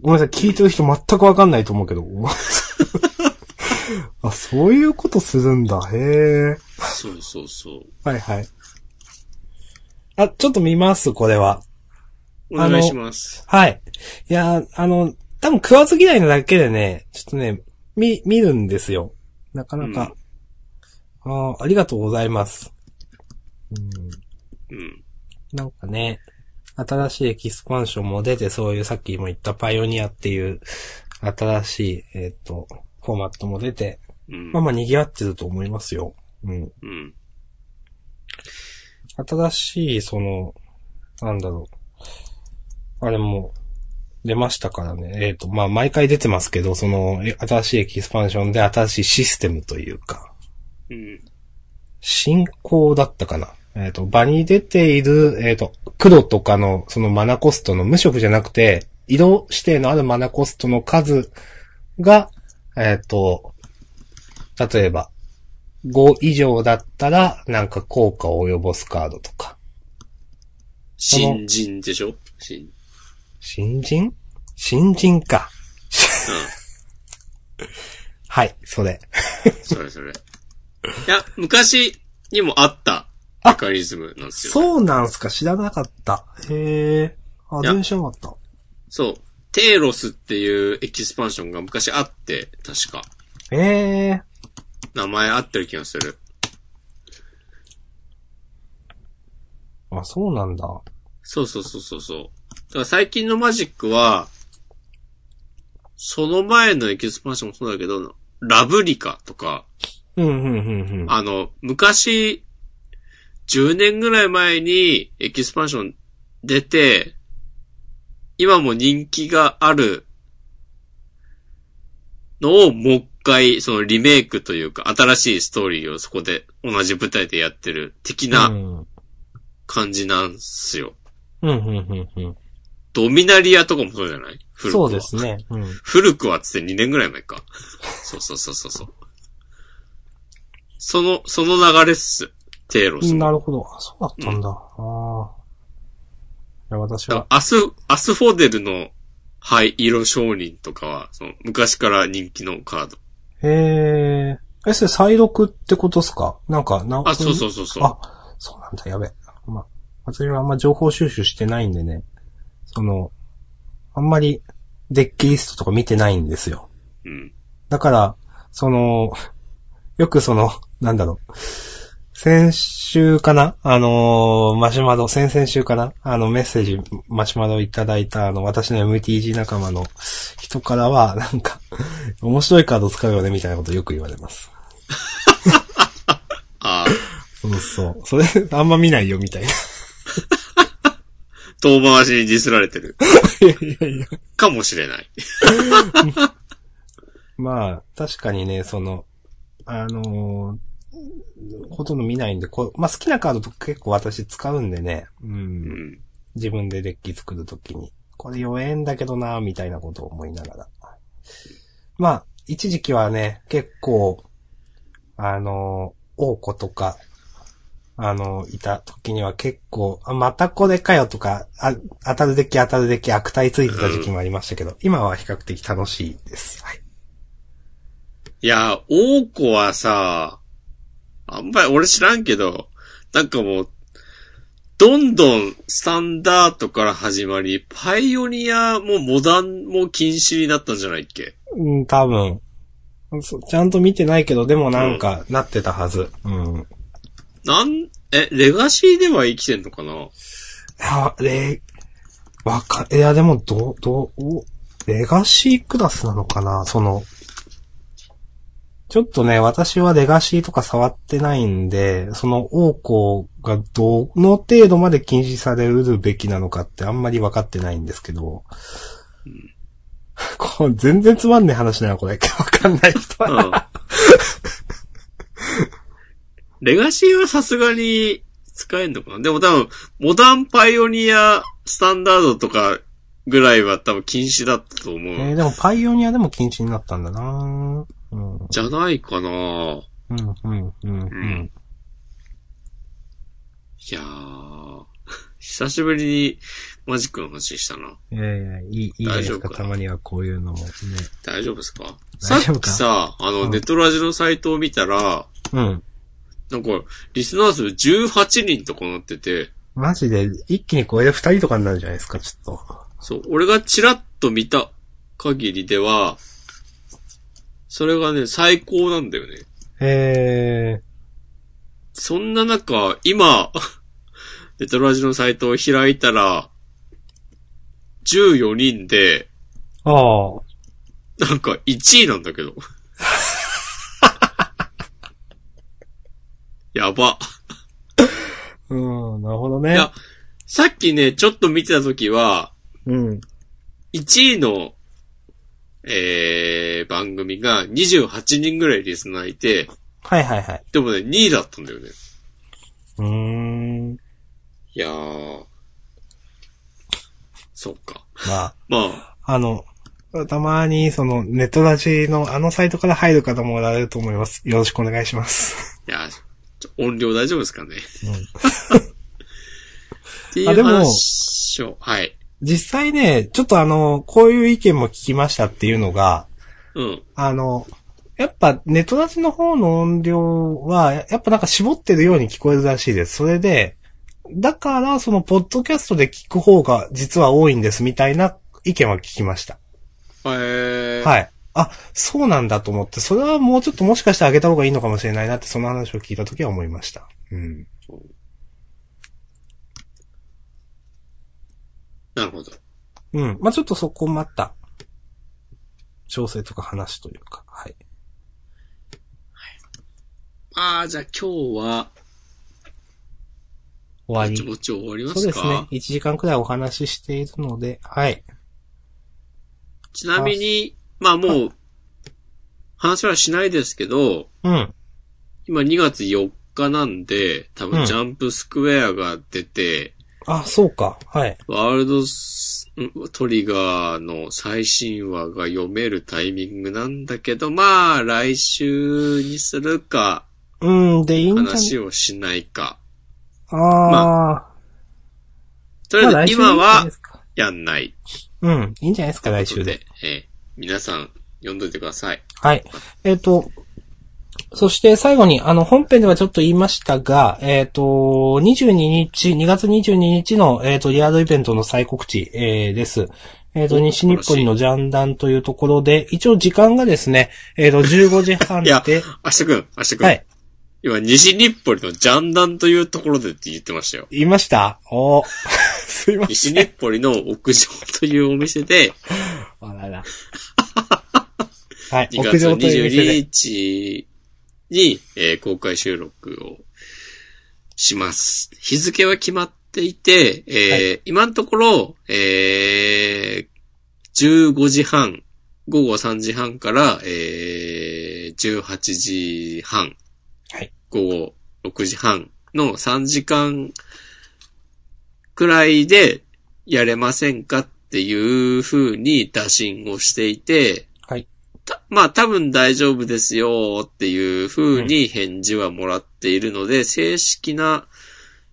S1: ごめんなさい、聞いてる人全くわかんないと思うけど。 あ、そういうことするんだ。へえ。
S2: そうそうそう。
S1: はいはい。あ、ちょっと見ます、これは。
S2: お願いします。
S1: はい。いやー、あの、多分食わず嫌いなだけでね、ちょっとね、見、見るんですよ。なかなか。あーありがとうございます。うん
S2: うん。
S1: なんかね、新しいエキスパンションも出て、そういうさっきも言ったパイオニアっていう、新しい、えっ、と、フォーマットも出て、
S2: うん
S1: まあ。まあ賑わってると思いますよ。うん。
S2: うん。
S1: 新しい、その、なんだろう。あれも、出ましたからね。えっ、と、まあ、毎回出てますけど、その、え新しいエキスパンションで新しいシステムというか、
S2: うん。
S1: 進行だったかな。えっ、と、場に出ている、えっ、と、黒とかの、そのマナコストの無色じゃなくて、移動指定のあるマナコストの数が、えっ、と、例えば、5以上だったら、なんか効果を及ぼすカードとか。
S2: 新人でしょ新。
S1: 新人新人か。はい、それ。
S2: うん。それそれ。いや、昔にもあったメカニズムなんですよ。
S1: そうなんすか知らなかった。へえ。あ、
S2: いや
S1: 全然知らなかった。
S2: そう。テーロスっていうエキスパンションが昔あって、確か。
S1: ええ。
S2: 名前あってる気がする。
S1: あ、そうなんだ。
S2: そうそうそうそうそう。だから最近のマジックは、その前のエキスパンションもそうだけど、ラブリカとか、
S1: うん、うん、うん、うん。
S2: あの、昔、10年ぐらい前にエキスパンション出て、今も人気があるのをもう一回、そのリメイクというか、新しいストーリーをそこで同じ舞台でやってる的
S1: う
S2: なん感じなんすよ。
S1: うん、うん、うん、うん。
S2: ドミナリアとかもそうじゃない古く
S1: そ
S2: は
S1: うです ね。うん。
S2: 古くはっつって2年ぐらい前か。 そうそうそうそうそう。その、その流れっす。テーロスの。
S1: なるほど。あ、そうだったんだ。ああ。いや、私
S2: だ
S1: は
S2: か。らアス、アスフォデルの灰色商人とかは、その昔から人気のカード。
S1: ええ。え、それ再録ってことっすかなんか、な
S2: あ、そうそうそうそう。
S1: あ、そうなんだ、やべ。まあ、私はあんま情報収集してないんでね。その、あんまりデッキリストとか見てないんですよ。
S2: うん。
S1: だから、その、よくその、なんだろう。先週かなあのーマシュマロ、先々週かなあのメッセージ、マシュマロいただいた、あの、私の MTG 仲間の人からは、なんか、面白いカード使うよね、みたいなことよく言われます。
S2: ああ、
S1: そうそう。それ、あんま見ないよ、みたいな。
S2: 遠回しにディスられてる。
S1: いやいやいや。
S2: かもしれない。
S1: まあ、確かにね、その、あのーほとんど見ないんで、こうまあ好きなカードとか結構私使うんでね、う、
S2: うんん。
S1: 自分でデッキ作るときに、これ弱えんだけどな、みたいなことを思いながら。まあ、一時期はね、結構、あのー、王子とか、あの、いた時には結構、あ、またこれかよとか、あ、当たるべき当たるべき悪態ついてた時期もありましたけど、今は比較的楽しいです。はい。
S2: いや、王子はさ、あんまり俺知らんけど、なんかもう、どんどんスタンダードから始まり、パイオニアもモダンも禁止になったんじゃないっけ
S1: うん、多分。そちゃんと見てないけど、でもなんか、なってたはず。うん。
S2: なん、え、レガシーでは生きてんのかない
S1: や、レ、わか、いや、でも、どう、どう、おレガシークラスなのかなその、ちょっとね、私はレガシーとか触ってないんで、その王校がどの程度まで禁止されるべきなのかってあんまり分かってないんですけど、 こう全然つまんねえ話だな、これ。 わかんない人は。
S2: うん。レガシーはさすがに使えんのかなでも多分、モダンパイオニアスタンダードとかぐらいは多分禁止だったと思
S1: えー
S2: う。
S1: でも、パイオニアでも禁止になったんだなうん、うん、
S2: じゃないかな
S1: うん、うん、うん。
S2: いやー、 久しぶりにマジックの話したな。
S1: いやいや、いい、いいじゃないです
S2: 大丈
S1: か。
S2: 夫か
S1: たまにはこういうのもね。
S2: 大丈夫ですかさ
S1: 大丈夫
S2: っ
S1: か
S2: きさ、あ
S1: う
S2: の、
S1: ん
S2: ネットラジのサイトを見たら、
S1: うん。
S2: なんか、リスナー数18人とかなってて、
S1: マジで、一気にこれで二人とかになるじゃないですか、ちょっと。
S2: そう、俺がチラッと見た限りでは、それがね、最高なんだよね。
S1: え
S2: そんな中、今、 レトロラジのサイトを開いたら、14人で、
S1: ー、ああ。
S2: なんか1位なんだけど。 やば。
S1: うん、なるほどね
S2: いやさっきね、ちょっと見てた時は、
S1: うん。
S2: 1位の、えー、番組が28人ぐらいリスナーいて、
S1: はいはいはい。
S2: でもね、2位だったんだよね。
S1: うーん。
S2: いやー。そうか。
S1: まあ、
S2: まあ、
S1: あの、たまに、その、ネットラジのあのサイトから入る方もおられると思います。よろしくお願いし ます。
S2: いや、ちょ音量大丈夫ですかね。ってい
S1: あ
S2: う
S1: でも
S2: 話を、はい。
S1: 実際ね、ちょっとあの、こういう意見も聞きましたっていうのが、
S2: うん。
S1: あの、やっぱネトラジの方の音量は、ややっぱなんか絞ってるように聞こえるらしいです。それで、だからそのポッドキャストで聞く方が実は多いんですみたいな意見は聞きました。
S2: えー、い。
S1: はい。あ、そうなんだと思って、それはもうちょっともしかしてあげた方がいいのかもしれないなって、その話を聞いた時は思いました。うん。
S2: なるほど。
S1: うん。まあ、ちょっとそこまた、調整とか話というか、はい。
S2: ああ、じゃあ今日は、
S1: 終わ
S2: ぼ
S1: り
S2: ち。ぼち終わりま
S1: そう
S2: す
S1: で
S2: か
S1: すね。1時間くらいお話ししているので、はい。
S2: ちなみに、まあもう、話はしないですけど、
S1: うん。
S2: 今2月4日なんで、多
S1: う
S2: 分
S1: ん
S2: ジャンプスクエアが出て、
S1: あ、そうか。はい。
S2: ワールドスんトリガーの最新話が読めるタイミングなんだけど、まあ、来週にするか、
S1: うん、で、いいんじ
S2: 話をしないか。
S1: ゃん。あ
S2: と
S1: ー、
S2: り
S1: まあ、
S2: あえ
S1: 来
S2: ず
S1: 週でいいんじゃな
S2: 今
S1: い
S2: は
S1: ですか。
S2: やんない。
S1: うん、いいんじゃないですか、来週で。
S2: で、えー皆さん読んどいてください。
S1: はい。えっ、と、そして最後に、あの、本編ではちょっと言いましたが、えっ、と、22日、2月22日の、えっ、と、リアルイベントの再告知、えーです。えっ、と、
S2: お
S1: 西日暮里のジャンダンというところで、一応時間がですね、えっ、と、15時半
S2: いや
S1: で、、
S2: 明日くん、明日くん。
S1: はい。
S2: 今、西日暮里のジャンダンというところでって言ってましたよ。
S1: 言いましたおー すいませ
S2: 西
S1: ん。
S2: 日暮里の屋上というお店で、
S1: あらら。はい、
S2: 2
S1: 屋
S2: 月
S1: 上という店
S2: 22
S1: で。
S2: 日に、えー公開収録をします。日付は決まっていて、えー今のところ、えー15時半、午後3時半から、えー18時半、
S1: はい
S2: 午後6時半の3時間くらいでやれませんかっていう風に打診をしていて、た、まあ多分大丈夫ですよっていう風に返事はもらっているので、正式な、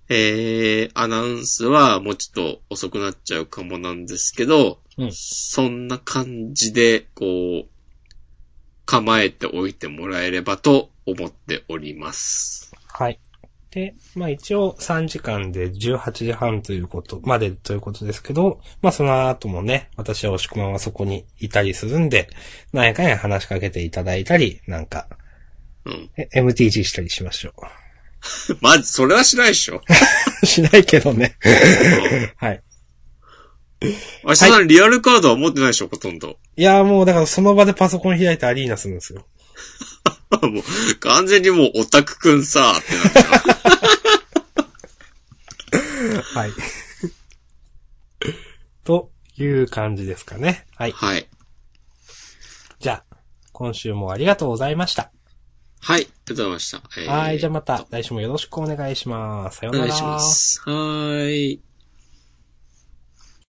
S2: えー、アナウンスはもうちょっと遅くなっちゃうかもなんですけど、
S1: うん
S2: そんな感じで、こう、構えておいてもらえればと思っております。
S1: はい。で、まあ一応3時間で18時半ということ、までということですけど、まあその後もね、私は押し込まんはそこにいたりするんで、何やかんや話しかけていただいたり、なんか、
S2: うん。
S1: え MTG したりしましょ
S2: まず、それはしないで しょ。
S1: う。 しないけどね。
S2: うん
S1: はい。
S2: 明日さん、リアルカードは持ってないでしょ、ほとんど。
S1: いやーもうだからその場でパソコン開いてアリーナするんですよ。
S2: もう、完全にもうオタクくんさーってなっちゃう。
S1: はい。という感じですかね。はい。
S2: はい。
S1: じゃあ、今週もありがとうございました。
S2: はい、ありがとうございました。えー
S1: はい。じゃあまた来週もよろしくお願いします。さよ
S2: お
S1: うなら。
S2: 願いします。はーい。